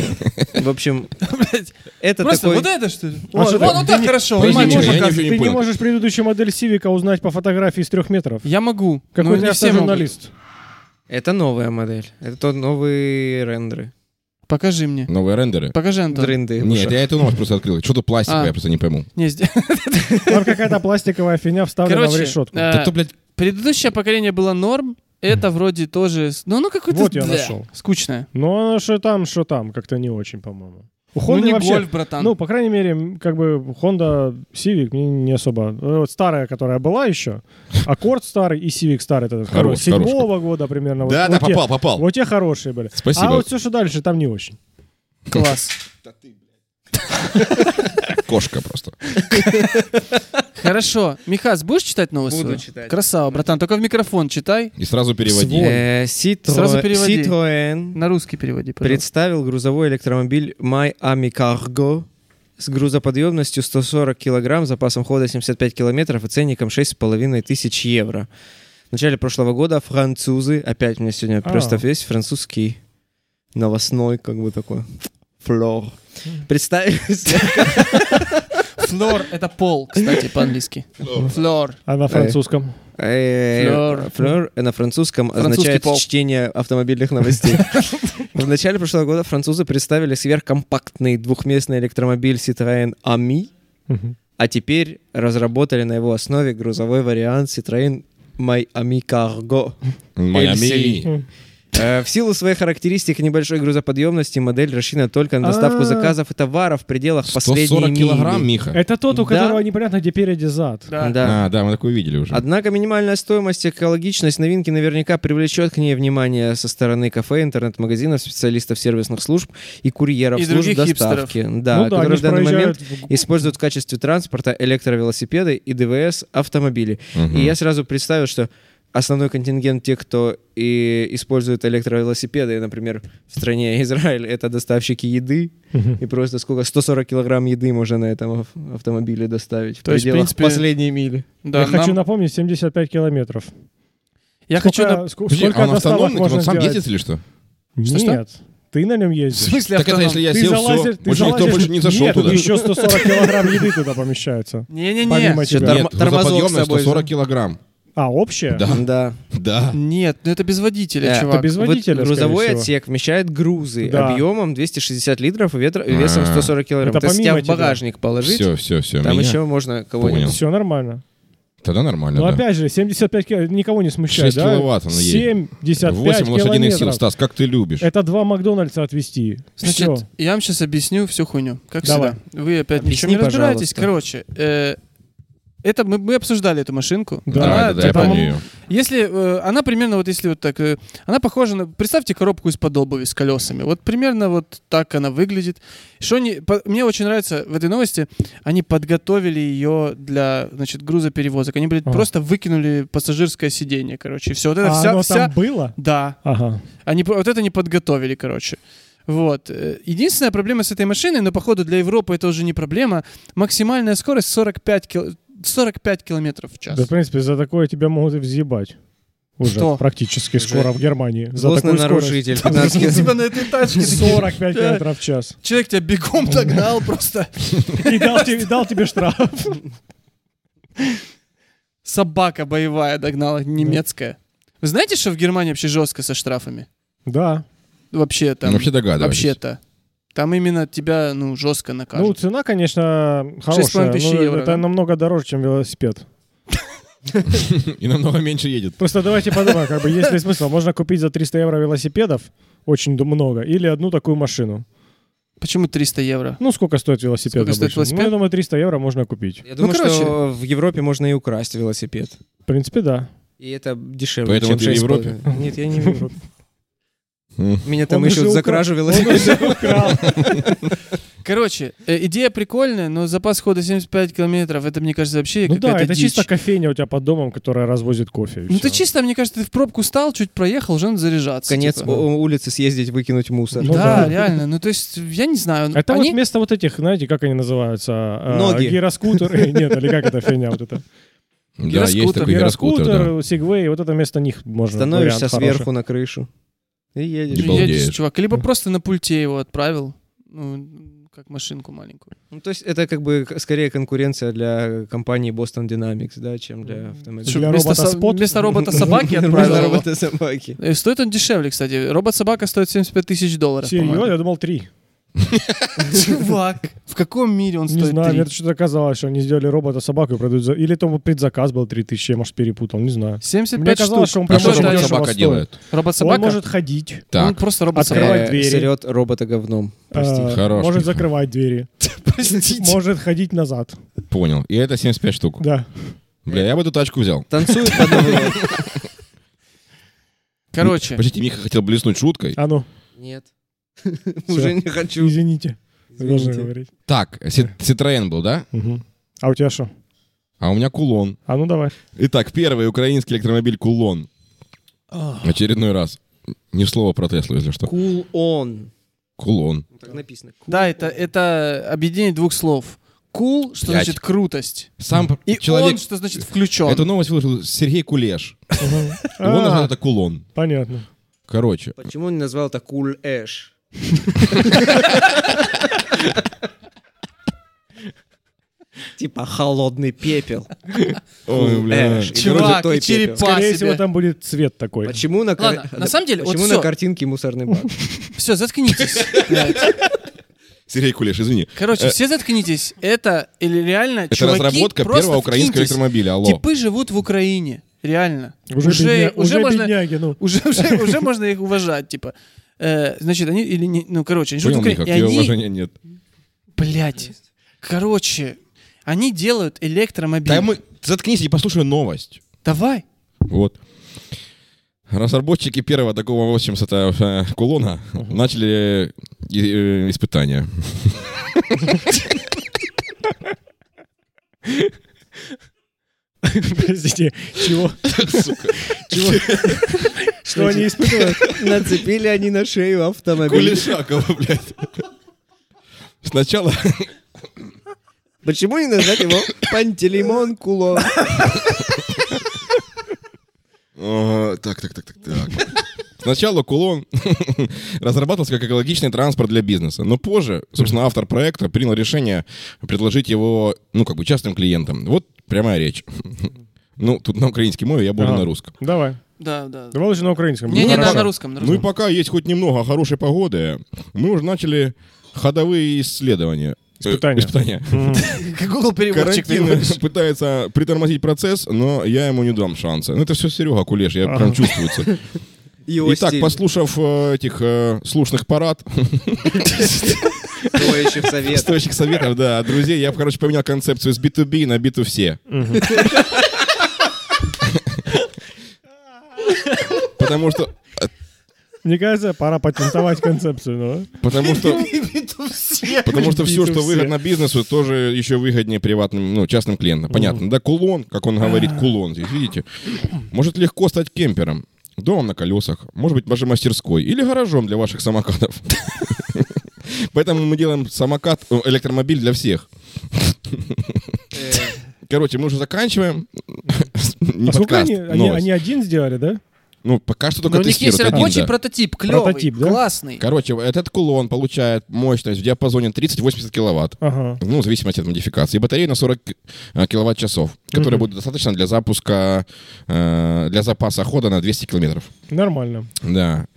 [laughs] В общем, Блядь, это Просто такой... вот это что ли? А что Вот ты- вот так хорошо. Подожди, нормально Миша, я показывает. ничего не ты не понял. можешь предыдущую модель Сивика узнать по фотографии с трех метров. Я могу. Какой ну, но ты не все могут. автожурналист. Это новая модель. Это то- новые рендеры. Покажи мне. Новые рендеры. Покажи, Антон. Дрынды. Нет, я эту новость просто открыл. Что-то пластик, А. я просто не пойму. Не, сде- Там какая-то пластиковая фигня вставлена в Короче, решетку. э, Да то, блядь, предыдущее поколение было норм. Это вроде тоже... с- Ну, оно какое-то... Вот я бля, нашел. Скучное. Ну, что там, что там, как-то не очень, по-моему. У Ну, Honda не вообще... гольф, братан. Ну, по крайней мере, м, как бы Honda Civic мне не особо... Э, Вот старая, которая была еще, Аккорд старый и Civic старый, этот, Хорош, седьмого года примерно. вот- Да, да, вот те- попал, попал. Вот те хорошие были. Спасибо. А вот все, что дальше, там не очень. Класс. кошка просто. [laughs] Хорошо. Михас, будешь читать новости? Буду читать. Красава, братан. Только в микрофон читай. И сразу переводи. Свой. Э, Citro- Сразу переводи. Citroën На русский переводи, пожалуйста. представил грузовой электромобиль My Ami Cargo с грузоподъемностью 140 килограмм, запасом хода 75 километров и ценником 6,5 тысяч евро. В начале прошлого года французы, опять мне сегодня А. просто весь французский новостной, как бы такой, флор, представили Флор — это пол, кстати, по-английски. Флор. А на французском. Флёр. Флёр. Э, Флёр на французском Французский означает пол. чтение автомобильных новостей. [laughs] В начале прошлого года французы представили сверхкомпактный двухместный электромобиль Citroën Ami, Мгм. а теперь разработали на его основе грузовой вариант Citroën My Ami Cargo. Майами. Эльси. Э, В силу своих характеристик и небольшой грузоподъемности модель рассчитана только на доставку А. заказов и товаров в пределах последней 140 мили. килограмм, Миха. Это тот, у Да. которого непонятно, где переди зад. Ну Да. Да. А, да, мы такое видели уже. Однако минимальная стоимость и экологичность новинки наверняка привлечет к ней внимание со стороны кафе, интернет-магазинов, специалистов сервисных служб и курьеров И служб других доставки. Да, ну да, они которые в ж данный проезжают момент в- используют в качестве транспорта электровелосипеды и ДВС автомобили. И я сразу представил, что основной контингент тех, кто и использует электровелосипеды, например, в стране Израиль, это доставщики еды. Мгм. И просто сколько? 140 килограмм еды можно на этом ав- автомобиле доставить в То есть, в пределах принципе, последней мили. [coughs] Да, Я хочу нам- напомнить 75 километров. Я Сколько- хочу... на- ск- Подожди, Сколько а он доставок автономный? можно Он сам сделать? ездит или что? Что-что? Нет. Ты на нем В ездишь. смысле Так это если я Ты сел, все. залазишь- ты Больше никто залазишь- больше не зашел Нет, тут туда. [laughs] еще 140 килограмм еды туда помещается. Не-не-не. Помимо тебя. Торм- Нет, тормозок с грузоподъемность собой 140 килограмм. А, общее? Да. Да. Да. Нет, ну это без водителя, Э, чувак. это без- Производителя, Вот скорее грузовой всего. отсек вмещает грузы Да. объемом 260 литров и ветро- весом А. 140 килограмм. Это То есть тебя помимо в багажник положить, Все, все, все. там еще можно кого-нибудь. Все нормально. Тогда нормально, Но да. ну, опять же, 75 кило- никого не смущает, 6 да? киловатт он едет. 75 8 лошадиных сил, километров. Стас, как ты любишь. Это два Макдональдса отвезти. Значит, Всё. я вам сейчас объясню всю хуйню. Как Давай. всегда. Вы опять Объясни, ничего не разбираетесь. пожалуйста. Короче, э, это мы, мы обсуждали эту машинку. Да, Да, Она да, да, я типа, помню ее. Если э, она примерно вот если вот так, э, она похожа на, представьте коробку из-под обуви с колесами. Вот примерно вот так она выглядит. Что они- по- мне очень нравится в этой новости, они подготовили ее для, значит, грузоперевозок. Они, блядь, Ага. просто выкинули пассажирское сиденье, короче. И все. Вот это а вся, оно вся... там было? Да. Ага. Они про- вот это не подготовили, короче. Вот. Э, Единственная проблема с этой машиной, но походу для Европы это уже не проблема, максимальная скорость 45 кил... 45 километров в час. Да, в принципе, за такое тебя могут и взъебать. Уже Что? практически Уже. скоро в Германии. За Злостный такую скорость. нарушитель. [laughs] 15 кил- Типа на этой тачке такие- 45 километров [laughs] в час. Человек тебя [laughs] бегом догнал просто. И дал тебе, и дал тебе штраф. Собака боевая догнала, немецкая. Вы знаете, что в Германии вообще жестко со штрафами? Да. Вообще там. Ну, Вообще догадываюсь. Вообще-то. Там именно тебя, ну, жестко Ну, накажут. цена, конечно, 6,5 хорошая. тысячи но евро, это да? намного дороже, чем велосипед. И намного меньше едет. Просто давайте подумаем, как бы есть ли смысл. Можно купить за 300 евро велосипедов, очень ду- много, или одну такую машину. Почему 300 евро? Ну, сколько стоит велосипед Сколько обычно? стоит велосипед? Ну, я думаю, 300 евро можно купить. Я думаю, что короче. в Европе можно и украсть велосипед. В [laughs] принципе, да. И это дешевле, Поэтому чем ты в 6 Европе? пол- Нет, я не в Европе. М. Меня там Он уже ищут за украл- кражу Он велосипеда. уже украл. Короче, э, идея прикольная, но запас хода 75 километров, это, мне кажется, вообще Ну да, какая-то это дичь. чисто кофейня у тебя под домом, которая развозит кофе. и Ну ты всё. чисто, мне кажется, ты в пробку стал, чуть проехал, уже надо заряжаться. Конец типа. о- улицы съездить, выкинуть мусор. Ну да, да. реально. Ну, то есть, я не знаю. Это вот они- вместо вот этих, знаете, как они называются? А, Ноги. Гироскутеры. Нет, или как эта фигня вот эта? Да, есть такой гироскутер, да. Гироскутер, сегвей, вот это вместо них можно. Становишься вариант хороший. сверху на крышу и Я едешь. Ебал. не балдеешь. знаю, чувак. Либо просто на пульте его отправил, ну, как машинку маленькую. Ну, то есть это как бы к- скорее конкуренция для компании Boston Dynamics, да, чем для Чтоб [laughs] автомобиля. Для вместо, робота Спот? вместо [laughs] робота собаки Для отправил. его. робота собаки. Э, Стоит он дешевле, кстати. Робот-собака стоит 75 тысяч долларов, Серьезно? по-моему. Я думал, три. [laughs] Чувак, в каком мире он Не стоит знаю, мне это три? что-то казалось, что они сделали робота собаку и продают за... Или там предзаказ был 3000, я, может, перепутал, не знаю. Мне 75 казалось, штук. что он А прям что Какой-то очень там дешево собака стоит. делает? Робот-собака? Он может ходить, э, Он Так, просто робот-собака. Открывай Э, двери. Срет робота говном. Прости. э, Хорош, может Михаил. закрывать двери, [laughs] Простите. может ходить назад. понял. И это 75 штук. Да. Бля, я бы эту тачку взял. Танцует под углом. Короче, Почти Миха хотел блеснуть шуткой. А ну, Нет. Уже не хочу. извините. Вы должны Извините. говорить. Так, Си- Citroёn был, да? Мгм. А у тебя что? А у меня кулон. А ну давай. Итак, первый украинский электромобиль кулон. Очередной раз. Ни слова про Теслу, если что. Cool on. Кулон. Ну, Так написано. Cool да, это, это объединение двух слов. Cool, что Блядь. значит крутость. Сам И человек... он, что значит включен. Эту новость выложил Сергей Кулеш. Мгм. Его назвал А, это кулон. Понятно. Короче, Почему он не назвал это Cool Ash? Типа холодный пепел. Ой, бля. Ash. И Чувак, вроде той и черепа. пепел. Скорее себе. всего, там будет цвет такой. Почему на, кар- Ладно, на самом деле, вот почему на всё. картинке мусорный бак? Все, заткнитесь. блядь. [laughs] Сергей Кулеш, извини. Короче, Э. все заткнитесь. Это или реально Это чуваки разработка просто первого украинского вкиньтесь. электромобиля. Алло. Типы живут в Украине. Реально. Уже бедня- уже можно, бедняги, ну. [laughs] уже, уже, уже можно их уважать, типа. Э, значит, они или не... Ну, короче, они живут Понял, в Украине. и Миха, к тебе они- уважения нет. Блядь. Короче, они делают электромобиль. Да мы... Заткнись и послушай новость. Давай. Вот. Разработчики первого такого, в общем, с это, э, кулона начали э, э, испытания. Подождите, чего? Сука. Что они испытывают? [laughs] Нацепили они на шею автомобиль. Кулешакова, а, блядь. Сначала Почему не назвать его Пантелеймон Кулон? Э, Так, так, так, так, так. Сначала кулон [laughs] разрабатывался как экологичный транспорт для бизнеса, но позже, собственно, автор проекта принял решение предложить его, ну, как бы частным клиентам. Вот прямая речь. Ну, тут на украинской мове, я буду Ага. на русском. А, Давай. Да, да. Давай лучше на украинском. Не, не, Хорошо. да, на русском. на Ну и русском. пока есть хоть немного хорошей погоды, мы уже начали ходовые исследования. Э, Испытания. Испытания. Как Google переводчик. [laughs] Карантин [laughs] понимаешь? пытается притормозить процесс, но я ему не дам шанса. Ну, это все Серега Кулеш, я прям чувствуется. [laughs] Его Итак, стиль. послушав э, этих э, слушных парад, [laughs] Стоящих совет. стоящих советов, да, от друзей, я, короче, поменял концепцию с B2B на B2все. [laughs] Потому что, Мне кажется, пора патентовать концепцию, ну. потому что, потому что все, что B2C. выгодно бизнесу, тоже еще выгоднее приватным, ну, частным клиентам. Понятно, да, кулон, как он говорит, кулон здесь, видите, может легко стать кемпером. Домом на колесах, может быть, даже мастерской или гаражом для ваших самокатов. [laughs] Поэтому мы делаем самокат, э, электромобиль для всех. Э, Короче, мы уже заканчиваем. [laughs] [laughs] Не А сколько подкаст, они, они, новость. они один сделали, да? Ну, пока что Но только у них есть тестируют один, рабочий да. прототип, клевый, Прототип, да? классный. Короче, этот кулон получает мощность в диапазоне 30-80 киловатт. Ага. Ну, в зависимости от модификации. И батарея на 40 э, киловатт-часов, которые будут достаточно для запуска, э, для запаса хода на 200 километров. Нормально. Да.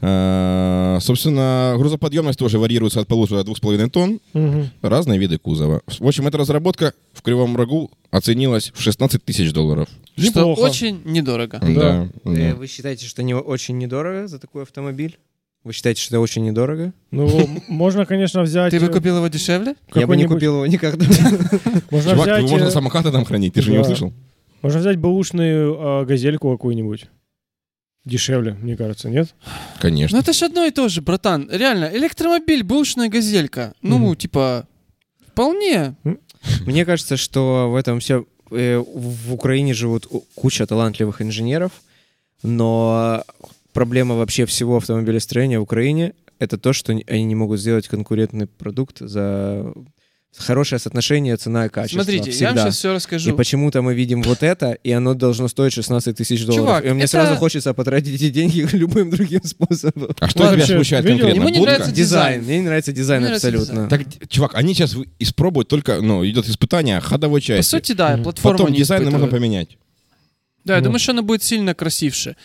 Э, Собственно, грузоподъемность тоже варьируется от полутора до 2,5 тонн. Мгм. Разные виды кузова. В общем, эта разработка в Кривом Рогу оценилась в 16 тысяч долларов. Что Неплохо. очень недорого. Да. Да. Э, да. Вы считаете, что не очень недорого за такой автомобиль? Вы считаете, что это очень недорого? Ну, можно, конечно, взять... Ты бы э, купил его дешевле? Я бы не какой-нибудь- купил его никогда. [laughs] Можно Чувак, взять, его можно э, самокаты там хранить, ты же не Да. услышал. можно взять бэушную э, газельку какую-нибудь. Дешевле, мне кажется, нет? Ну Конечно. это ж одно и то же, братан. Реально, электромобиль, бэушная газелька. Ну, Мгм. типа, вполне. Мне кажется, что в этом все... В Украине живут у- куча талантливых инженеров, но проблема вообще всего автомобилестроения в Украине — это то, что н- они не могут сделать конкурентный продукт за хорошее соотношение цена и качество. Смотрите, я всегда. вам сейчас все И расскажу. почему-то мы видим вот это, и оно должно стоить 16 тысяч долларов. Чувак, и мне это- сразу хочется потратить эти деньги [laughs] любым другим способом. А что Ладно, тебя вообще, смущает видел? конкретно? Ему не Будка? нравится Дизайн. Дизайн. Мне не нравится дизайн Мне нравится абсолютно. дизайн. Так, чувак, они сейчас испробуют только, ну, идет испытание ходовой По части. сути, да, Мгм. платформа Потом не дизайн испытывает. можно поменять. Да, я Ну. думаю, что она будет сильно красивше.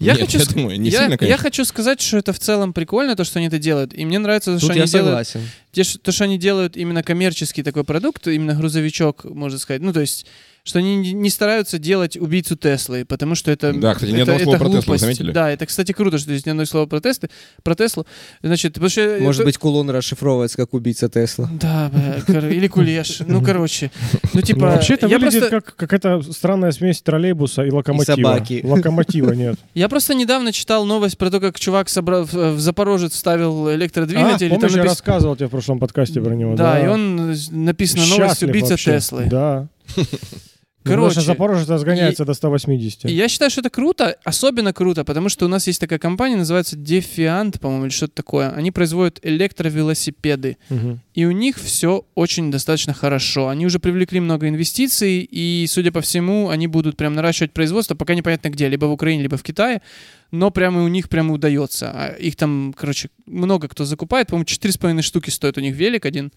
Я, Нет, хочу, я ск- думаю, не я- сильно, я конечно. хочу сказать, что это в целом прикольно, то, что они это делают. И мне нравится, то, Тут что я они делают, согласен. те, ш- то, что они делают именно коммерческий такой продукт, именно грузовичок, можно сказать. Ну, то есть, что они не- не стараются делать убийцу Теслы, потому что это Да, кстати, ни это- одного слова это про Теслу, глупость. заметили? Да, это, кстати, круто, что здесь ни одного слова про, тесты, про Теслу. Значит, потому что... Может это- быть, кулон расшифровывается как убийца Тесла. Да, бля, кор- или кулеш. Ну, короче. Ну, Ну, типа... вообще это я выглядит просто- как какая-то странная смесь троллейбуса и локомотива. собаки. Локомотива нет. Я просто недавно читал новость про то, как чувак собрал, в в Запорожец вставил электродвигатель. и А, там помнишь, я напис- рассказывал тебе в прошлом подкасте про него. Да, и он э, написано новость Счастлив убийца вообще. Теслы. [laughs] Да. Ну, Короче, Короче. Запорожец разгоняется до 180. И я считаю, что это круто, особенно круто, потому что у нас есть такая компания, называется Defiant, по-моему, или что-то такое. Они производят электровелосипеды. Мгм. И у них все очень достаточно хорошо. Они уже привлекли много инвестиций, и, судя по всему, они будут прям наращивать производство, пока непонятно где, либо в Украине, либо в Китае, но прямо у них прямо удается. А Их там, короче, много кто закупает, по-моему, 4,5 штуки стоит у них велик один.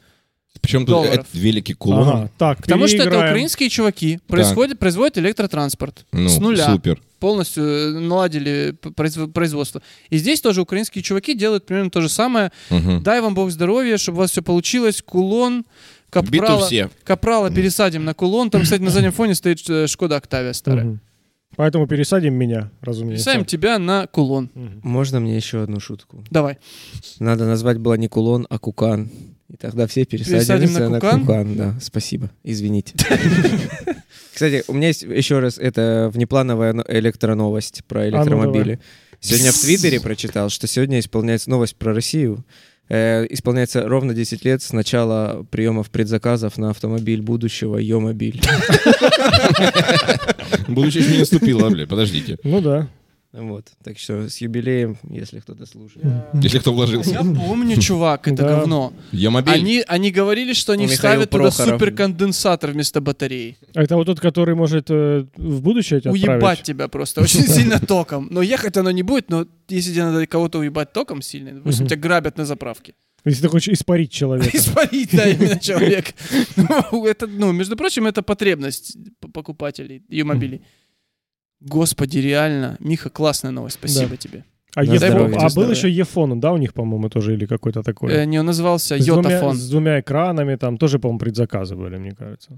Причем тут долларов. это великий кулон. Ага, так, Потому что это переиграем. украинские чуваки, происходит, производят электротранспорт Ну, с нуля супер. полностью э, наладили п- произв- производство. И здесь тоже украинские чуваки делают примерно то же самое. Мгм. Дай вам бог здоровья, чтобы у вас все получилось. Кулон, Биту капрала, все. капрала пересадим на кулон. Там, кстати, на заднем фоне стоит э, Шкода Октавия старая. Мгм. Поэтому пересадим меня, разумеется. Пересадим тебя на кулон. Мгм. Можно мне еще одну шутку? Давай. Надо назвать было не кулон, а кукан. И тогда все Пересадим пересадимся на на, кукан? кукан? Да, спасибо. Извините. [laughs] Кстати, у меня есть еще раз это внеплановая но- электроновость про ну электромобили. Сегодня в Твиттере прочитал, что сегодня исполняется новость про Россию. Э, исполняется ровно 10 лет с начала приемов предзаказов на автомобиль будущего Йомобиль. [laughs] Будущее еще не наступило, бля, подождите. Ну да. Вот. Так что с юбилеем, если кто-то слушает. Если кто Я вложился. помню, чувак, это Да. говно. Я мобиль. Они, они говорили, что они Михаил вставят туда Прохоров. суперконденсатор вместо батареи. А Это вот тот, который может э, в будущее тебя Уебать отправить? тебя просто очень сильно током. Но ехать оно не будет, но если тебе надо кого-то уебать током сильно, допустим, Мгм. тебя грабят на заправке. Если ты хочешь испарить человека. Испарить, да, именно человек. Ну, это, ну, между прочим, это потребность п- покупателей ее мобилей. Господи, реально. Миха, классная новость, спасибо тебе. А, На Ефо- здоровье. а был Здоровье. еще Ефон, да, у них, по-моему, тоже, или какой-то такой? Э, Не, он назывался с, двумя, Йотафон. с двумя экранами, там тоже, по-моему, предзаказы были, мне кажется.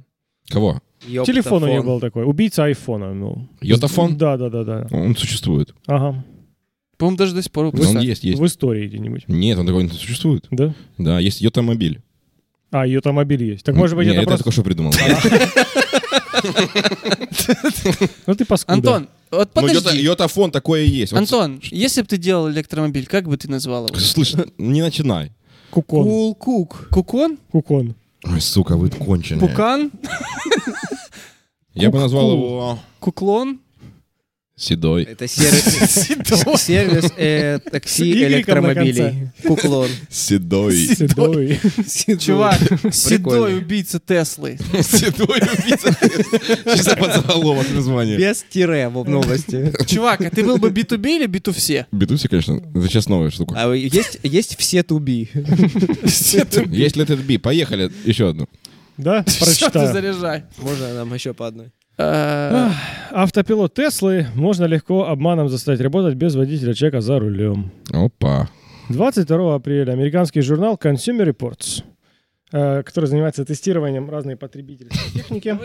Кого? Телефон у них был такой. Убийца айфона. Ну. Йотафон? Да, да, да, да. Он существует. Ага. По-моему, даже до сих пор Ну, Он выпускают. есть, есть. В истории где-нибудь. Нет, он такой не существует. Да? Да, есть Йотамобиль. А, Йотамобиль есть. Так может быть, Не, это, я просто. только [laughs] что придумал. Ну ты паскуда. Антон, вот Ну, Йота- подожди. Йотафон такое и есть. Он Антон, если бы ты делал электромобиль, как бы ты назвал его? с- Слышь, не начинай. Кукон. Кулкук. Кукон? Кукон. Ой, сука, вы конченые. Пукан? Я бы назвал Ку-ку. его Куклон? Седой. Это сервис, сервис э, С такси Y на электромобилей. Куклон. Седой. Седой. Чувак, седой [laughs] Прикольно. убийца Теслы. Седой убийца. [laughs] Чисто подзаголовок названия. Без тире в новости. Чувак, а ты был бы B2B или [laughs] B2все? Битуси, конечно. Это сейчас новая штука. А есть, есть все туби. Есть Let It Be. Поехали. Еще одну. Да? Что ты Прочитаю. заряжай? Можно нам еще по одной? Э, Ах, Автопилот Теслы можно легко обманом заставить работать без водителя человека за рулем. Опа. 22 апреля американский журнал Consumer Reports, э, который занимается тестированием разной потребительской техники.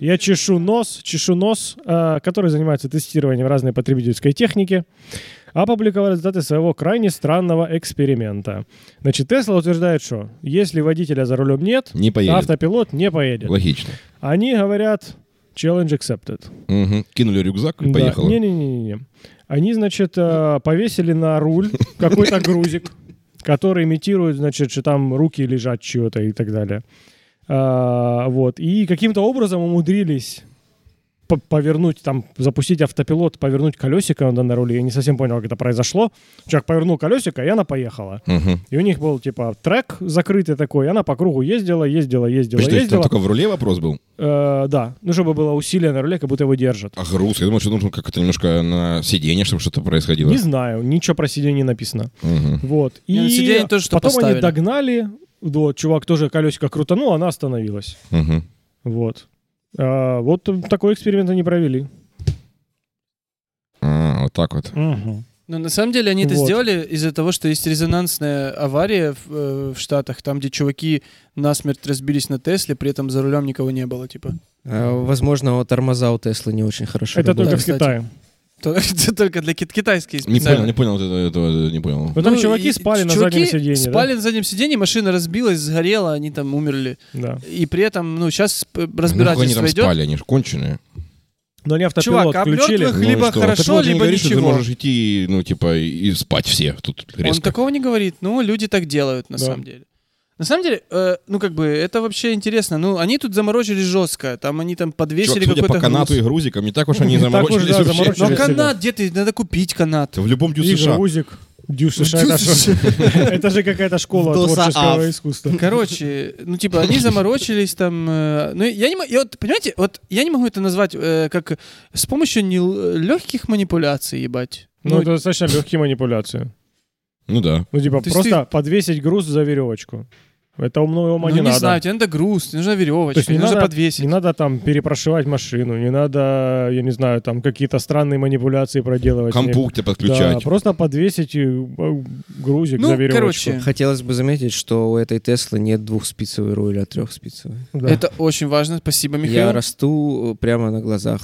Я чешу нос, чешу нос, э, который занимается тестированием разной потребительской техники. опубликовал результаты своего крайне странного эксперимента. Значит, Тесла утверждает, что если водителя за рулем нет, Не поедет. автопилот не поедет. Логично. Они говорят challenge accepted. Мгм. Кинули рюкзак и поехала. Не-не-не. Они, значит, э, повесили на руль какой-то грузик, который имитирует, значит, что там руки лежат чего-то и так далее. А, Вот. И каким-то образом умудрились по- повернуть, там, запустить автопилот, повернуть колесико надо на руле. Я не совсем понял, как это произошло. Человек повернул колесико, и она поехала. Мгм. И у них был, типа, трек закрытый такой, и она по кругу ездила, ездила, ездила, Подожди, то есть там ездила. только в руле вопрос был? Э, да, ну, чтобы было усилие на руле, как будто его держат. А груз? Я думал, что нужно как-то немножко на сиденье, чтобы что-то происходило. Не знаю, ничего про сиденье не написано. Мгм. Вот. И Не, на сиденье тоже что потом поставили. они догнали, вот, чувак тоже колесико крутанул, она остановилась. Мгм. Вот. А, вот такой эксперимент они провели. А, вот так вот. Но Ну, на самом деле они это Вот. сделали из-за того, что есть резонансная авария в, э, в Штатах, там, где чуваки насмерть разбились на Тесле, при этом за рулем никого не было, типа. А, Возможно, тормоза у Теслы не очень хорошо. Это работают. только кстати. в Китае. То- [laughs] Это только для кит- китайские Не специально. понял, не понял вот этого, этого не понял. Вот там Ну, чуваки и- спали на чуваки заднем сиденье. да? Спали на заднем сиденье, машина разбилась, сгорела, они там умерли. Да. И при этом, ну, сейчас А Нахуй они разбирательство там идет. спали, они же конченые. Но они Чувак, автопилот а включили. мёртвых- Ну и Либо что? хорошо, Ты вот не либо говоришь, что Ты ничего. можешь идти, ну, типа, и и спать все тут Он резко. такого не говорит. Ну, люди так делают, на Да. самом деле. На самом деле, э, ну как бы, это вообще интересно. Ну, они тут заморочились жестко. Там они там Чувак, подвесили судя по какой-то канату груз. и грузикам, не так уж они и Не так уж, заморочились да, вообще. заморочились. Ну, а Через себя. канат где ты? Надо купить канат. Да В любом дю И США. грузик. Дю США. это ж- Это же [laughs] какая-то школа Доса творческого Аф. искусства. Короче, ну типа они заморочились там. э, Ну я не могу, вот понимаете, вот я не могу это назвать э, как с помощью легких манипуляций, ебать. Ну, это достаточно легкие манипуляции. Ну да. Ну, типа, То есть просто подвесить груз за веревочку. Это умного ума ну, не не надо. знаю, тебе надо груз, тебе нужна веревочка, не тебе нужно надо- подвесить. Не надо там перепрошивать машину, не надо, я не знаю, там какие-то странные манипуляции проделывать. Компук тебе Да, подключать. просто подвесить э, э, грузик Ну, за веревочку. короче, Хотелось бы заметить, что у этой Теслы нет двухспицевой руля, а трехспицевой. Да. это очень важно. Спасибо, Я Михаил. расту э, прямо на глазах.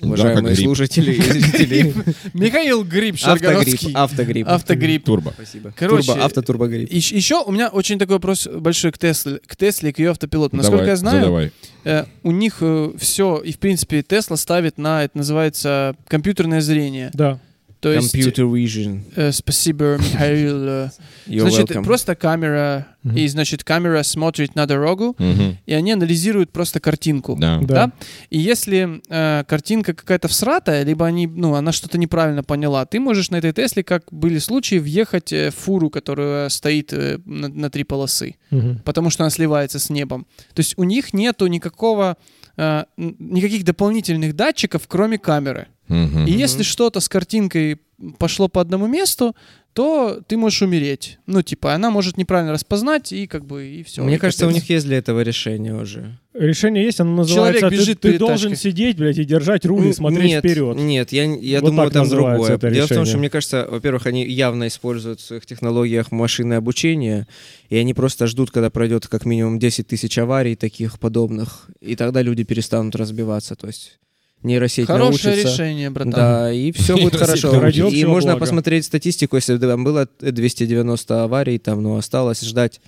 Да, Уважаемые как гриб. слушатели и зрители. Михаил Гриб, Автогрипп. Шаргородский. Автогрипп. Автогрипп. Турбо. Спасибо. Короче, Турбо, автотурбогрипп. Еще у меня очень такой вопрос большой к Тесле, к Тесле и к ее автопилоту. Насколько Ну, Давай, я знаю, задавай. э, у них все, и в принципе Тесла ставит на, это называется, компьютерное зрение. Да. То есть, Computer vision. э, [laughs] спасибо, Михаил. э. You're Значит, welcome. просто камера, Мгм. и значит, камера смотрит на дорогу, Мгм. и они анализируют просто картинку. Да. Да. Да? И если э, картинка какая-то всратая, либо они, ну, она что-то неправильно поняла, ты можешь на этой Тесле, как были случаи, въехать э, в фуру, которая стоит э, на, на три полосы, Мгм. потому что она сливается с небом. То есть у них нету никакого э, н- никаких дополнительных датчиков, кроме камеры. Мгм. И если что-то с картинкой пошло по одному месту, то ты можешь умереть. Ну, типа, она может неправильно распознать, и как бы, и все. Мне кажется, у них есть для этого решение уже. Решение есть, оно Человек называется «Ты- бежит ты, перед должен тачкой. сидеть, блядь, и держать руль и смотреть Ну, нет, вперед. Нет, я, я Вот думаю, так там называется другое. это Дело в том, решение. что, мне кажется, во-первых, они явно используют в своих технологиях машинное обучение, и они просто ждут, когда пройдет как минимум 10 тысяч аварий таких подобных, и тогда люди перестанут разбиваться. То есть нейросеть Хорошее научится. решение, братан. Да, и все будет Нейросеть хорошо. научится. Ради И общего можно блага. посмотреть статистику, если бы там было 290 аварий, там, ну, осталось ждать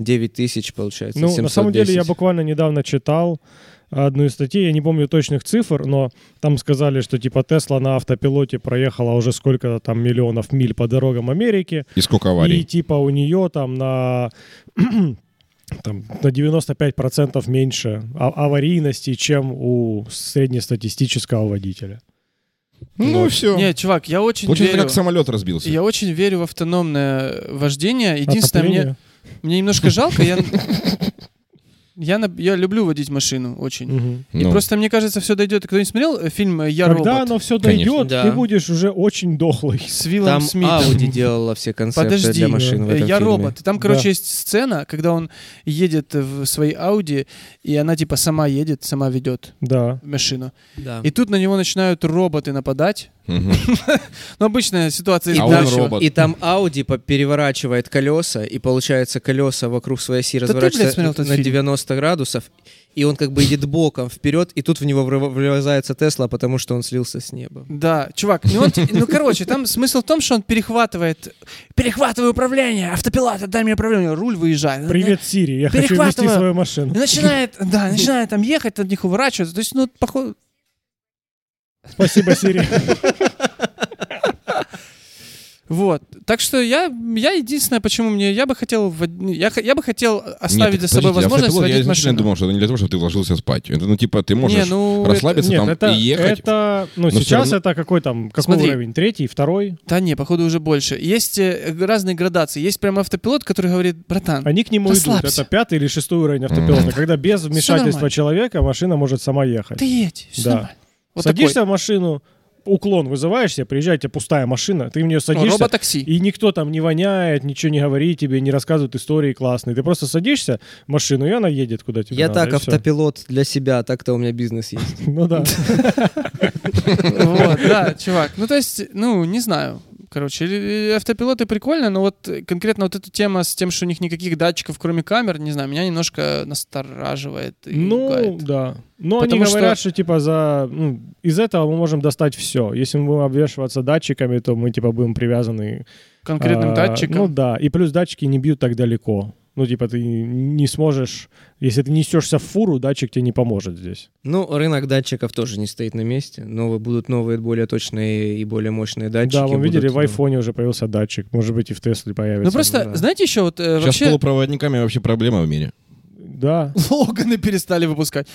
9 тысяч, получается, Ну, на самом деле, я 710. буквально недавно читал одну из статей, я не помню точных цифр, но там сказали, что типа Тесла на автопилоте проехала уже сколько-то там миллионов миль по дорогам Америки, И сколько И аварий? типа у нее там на [clears throat] там, на 95% меньше а- аварийности, чем у среднестатистического водителя. Ну все. Нет, чувак, я очень Получается, верю. как самолет разбился. Я очень верю в автономное А, вождение. А Единственное, мне, Отопление. мне немножко жалко, [laughs] я... Я, на- я люблю водить машину очень. Мгм. И Ну. просто, мне кажется, все дойдет. Кто-нибудь смотрел э, фильм «Я Когда робот» оно все Конечно. дойдет, Да. ты будешь уже очень дохлый. [laughs] с Виллом а, Там Смитом? Ауди делала все концепты Подожди, для машин в э, этом я фильме. робот. И Там, короче, Да. есть сцена, когда он едет в своей Ауди, и она типа сама едет, сама ведет Да. машину. Да. И тут на него начинают роботы нападать. Мгм. [laughs] Ну, обычная ситуация. из А он будущего. робот. И там Ауди по- переворачивает колеса, и получается колеса вокруг своей ты, оси блядь, разворачиваются смотрел этот на фильм? 90 градусов, и он как бы идет боком вперед, и тут в него врыв- врезается Тесла, потому что он слился с неба. Да, чувак, ну, он те- ну короче, там смысл в том, что он перехватывает, перехватываю управление, автопилот, отдай мне управление, руль выезжает. Привет, Сири, я хочу вести Перехватываю. свою машину. И начинает, да, начинает там ехать, от них уворачиваться, то есть, ну, походу... Спасибо, Сири. Вот, так что я, я единственное, почему мне, я бы хотел, вод- я, х- я бы хотел оставить Нет, за собой подождите, возможность автопилот, Я водить изначально машину. думал, что это не для того, чтобы ты вложился спать. Это, ну, типа, ты можешь Не, ну, расслабиться Нет, там это, и ехать. это, ну, всё сейчас равно- это какой там, какой Смотри. уровень? Третий, второй? Да не, походу уже больше. Есть э, разные градации. Есть прям автопилот, который говорит, братан, Они к нему идут. Расслабься. Это пятый или шестой уровень автопилота, Мгм. когда без вмешательства нормально. человека машина может сама ехать. ты едь, все Да. нормально. Вот садишься в машину, уклон вызываешься, приезжает тебе пустая машина, ты в нее такой. Ну, садишься, роботакси. и никто там не воняет, ничего не говорит тебе, не рассказывает истории классные. Ты просто садишься в машину, и она едет куда тебе Я надо, так Типа, ну, и всё. автопилот для себя, а так-то у меня бизнес есть. Ну да. [laughs] Вот, да, чувак. Ну, то есть, ну, не знаю. Короче, э, э, автопилоты прикольно, но вот э, конкретно вот эта тема с тем, что у них никаких датчиков, кроме камер, не знаю, меня немножко настораживает и Ну, пугает. да. Но Потому они говорят, что- что, типа, за... ну, из этого мы можем достать все. Если мы будем обвешиваться датчиками, то мы, типа, будем привязаны... конкретным а, датчиком. Ну, да. И плюс датчики не бьют так далеко. Ну, типа, ты не сможешь... Если ты несешься в фуру, датчик тебе не поможет здесь. Ну, рынок датчиков тоже не стоит на месте. Новые будут новые, более точные и более мощные датчики. да, вы будут, видели, в ну, айфоне уже появился датчик. Может быть, и в Тесле появится. Ну, просто, да. знаете, еще вот э, Сейчас с вообще полупроводниками вообще проблема в мире. Да, Логаны перестали выпускать.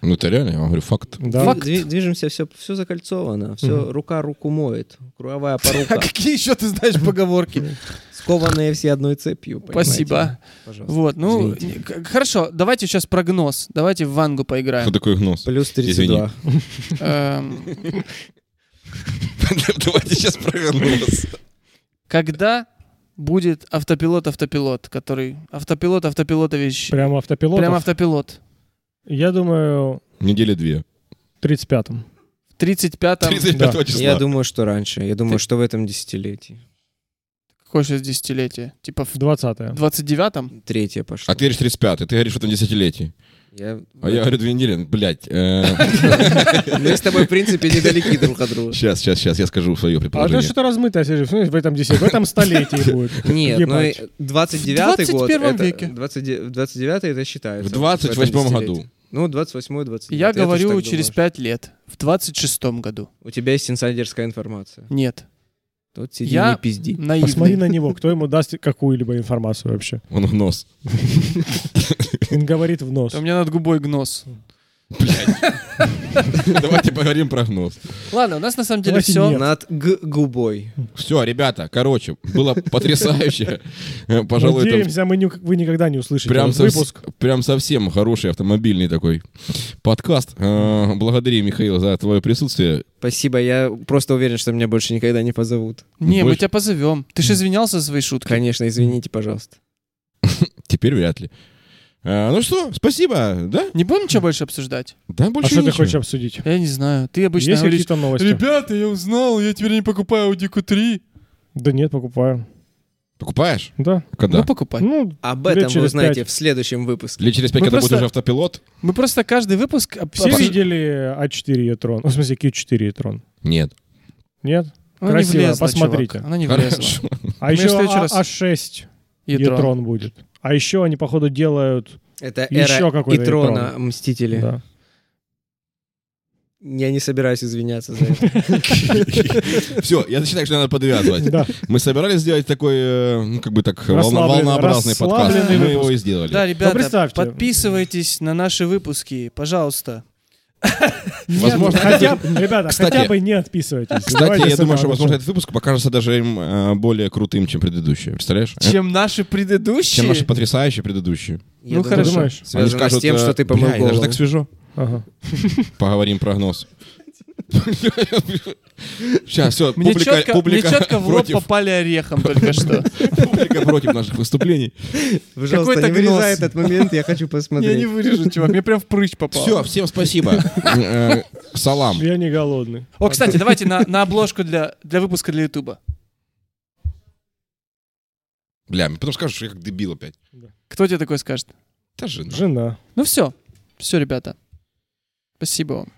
Ну, это реально, я вам говорю, факт. дви- да. дви- Движемся, все, все закольцовано, все рука руку моет, круговая А порука, какие еще ты знаешь поговорки? скованные все одной цепью. понимаете? Спасибо. Пожалуйста. Вот, ну, Извините. к- хорошо, давайте сейчас прогноз. Давайте в Вангу Что поиграем. [laughs] такое гнос? Плюс 32. Эм, Давайте сейчас про гнос. Когда будет автопилот-автопилот, который... Автопилот-автопилотович. Прям автопилот. Прям автопилот. Я думаю, Недели две. в 35-м. В 35-м... 35 числа. Я думаю, что раньше. Я думаю, что в этом десятилетии. Какое сейчас десятилетие? Типа в В 20-е. 29-м? Третье пошло. А ты говоришь 35 ты говоришь в этом десятилетии. Я- А я говорю две недели, блядь. [laughs] э, [laughs] Мы с тобой, в принципе, недалеки друг от друга. Сейчас, сейчас, сейчас, я скажу свое А это предположение. что-то размытое, Сергей, в этом десятилетии, в [laughs] этом столетии будет. Нет, ну и Ебать. 29-й В год... 21 это- веке. 29 29-й это считается. В этом 28 году. десятилетии. Ну, 28 29 Я говорю через через 5 лет. В 26-м году. У тебя есть инсайдерская информация. Нет. Тут сиди, Я- не пизди. Наивный. Посмотри на него, кто ему даст какую-либо информацию вообще. Он в нос. Он говорит в нос. У меня над губой гнос. Давайте поговорим про гнос. Ладно, у нас на самом деле Давайте все. нет. Над г- губой. Все, ребята, короче, было потрясающе. Э, Пожалуй, это Надеемся, мы ни- вы никогда не услышите Прям, этот выпуск. А совс- прям совсем хороший автомобильный такой подкаст. Э, Благодарю, Михаил, за твое присутствие. Спасибо, я просто уверен, что меня больше никогда не позовут. Не, мы Больше- тебя позовем. Ты же извинялся за свои шутки. Конечно, извините, пожалуйста. Теперь вряд ли. Э, Ну что, спасибо, да? Не будем ничего больше обсуждать? Да, больше А что ты ничего. хочешь обсудить? Я не знаю. Ты обычно Есть говоришь... какие-то новости? Ребята, я узнал, я теперь не покупаю Audi Q3. Да нет, покупаю. Покупаешь? Да. Когда? Ну, покупай. Ну, Об этом вы через узнаете пять. в следующем выпуске. Или через пять, Мы ну, когда будет просто- уже автопилот? Мы просто каждый выпуск... об- все обсуж- видели А4 e-tron? Ну, В смысле, Q4 e-tron? Нет. Нет? Она не Красиво, влезла, посмотрите. чувак, Она не влезла. Хорошо. [laughs] А Мы еще в следующий раз- А6 Ядрон. e-tron будет. А еще они, походу, делают... Это Еще эра какой-то Итрона, Мстители. Да. Я не собираюсь [laughs] извиняться за Ну, это. Все, я считаю, что надо подвязывать. Да. Мы собирались сделать такой, э, ну, как бы так, волно- Расслабленный- волнообразный подкаст. расслабленный Мы выпуск. его и сделали. Да, ребята, представьте. подписывайтесь на наши выпуски, пожалуйста. Возможно, Хотя, б- ребята, Кстати- хотя бы не отписывайтесь. Кстати, я думаю, что, возможно, этот выпуск покажется даже им э, более крутым, чем предыдущий. Представляешь? Э, Чем наши предыдущие. Чем наши потрясающие предыдущие. Я Ну, думаю, хорошо. Думаешь? Они Связано скажут, с тем, э, что ты «Бля, помыл и даже голову. так свежо. Ага. Поговорим прогноз. Сейчас, все, Мне публика, четко, мне публика [laughs] четко в лоб против, попали орехом только [laughs] что. публика против наших выступлений. Пожалуйста, Какой-то не вырезай гнос. этот момент, [laughs] я хочу Я не посмотреть. вырежу, чувак, мне прям в прыщ попал. Все, всем спасибо. Э, Салам. Я не голодный. О, кстати, давайте на, на обложку для, для выпуска для Ютуба. Бля, мне потом скажешь, что я как дебил опять. Кто тебе такое скажет? Та жена. Жена. Ну все, Все, ребята. Спасибо вам.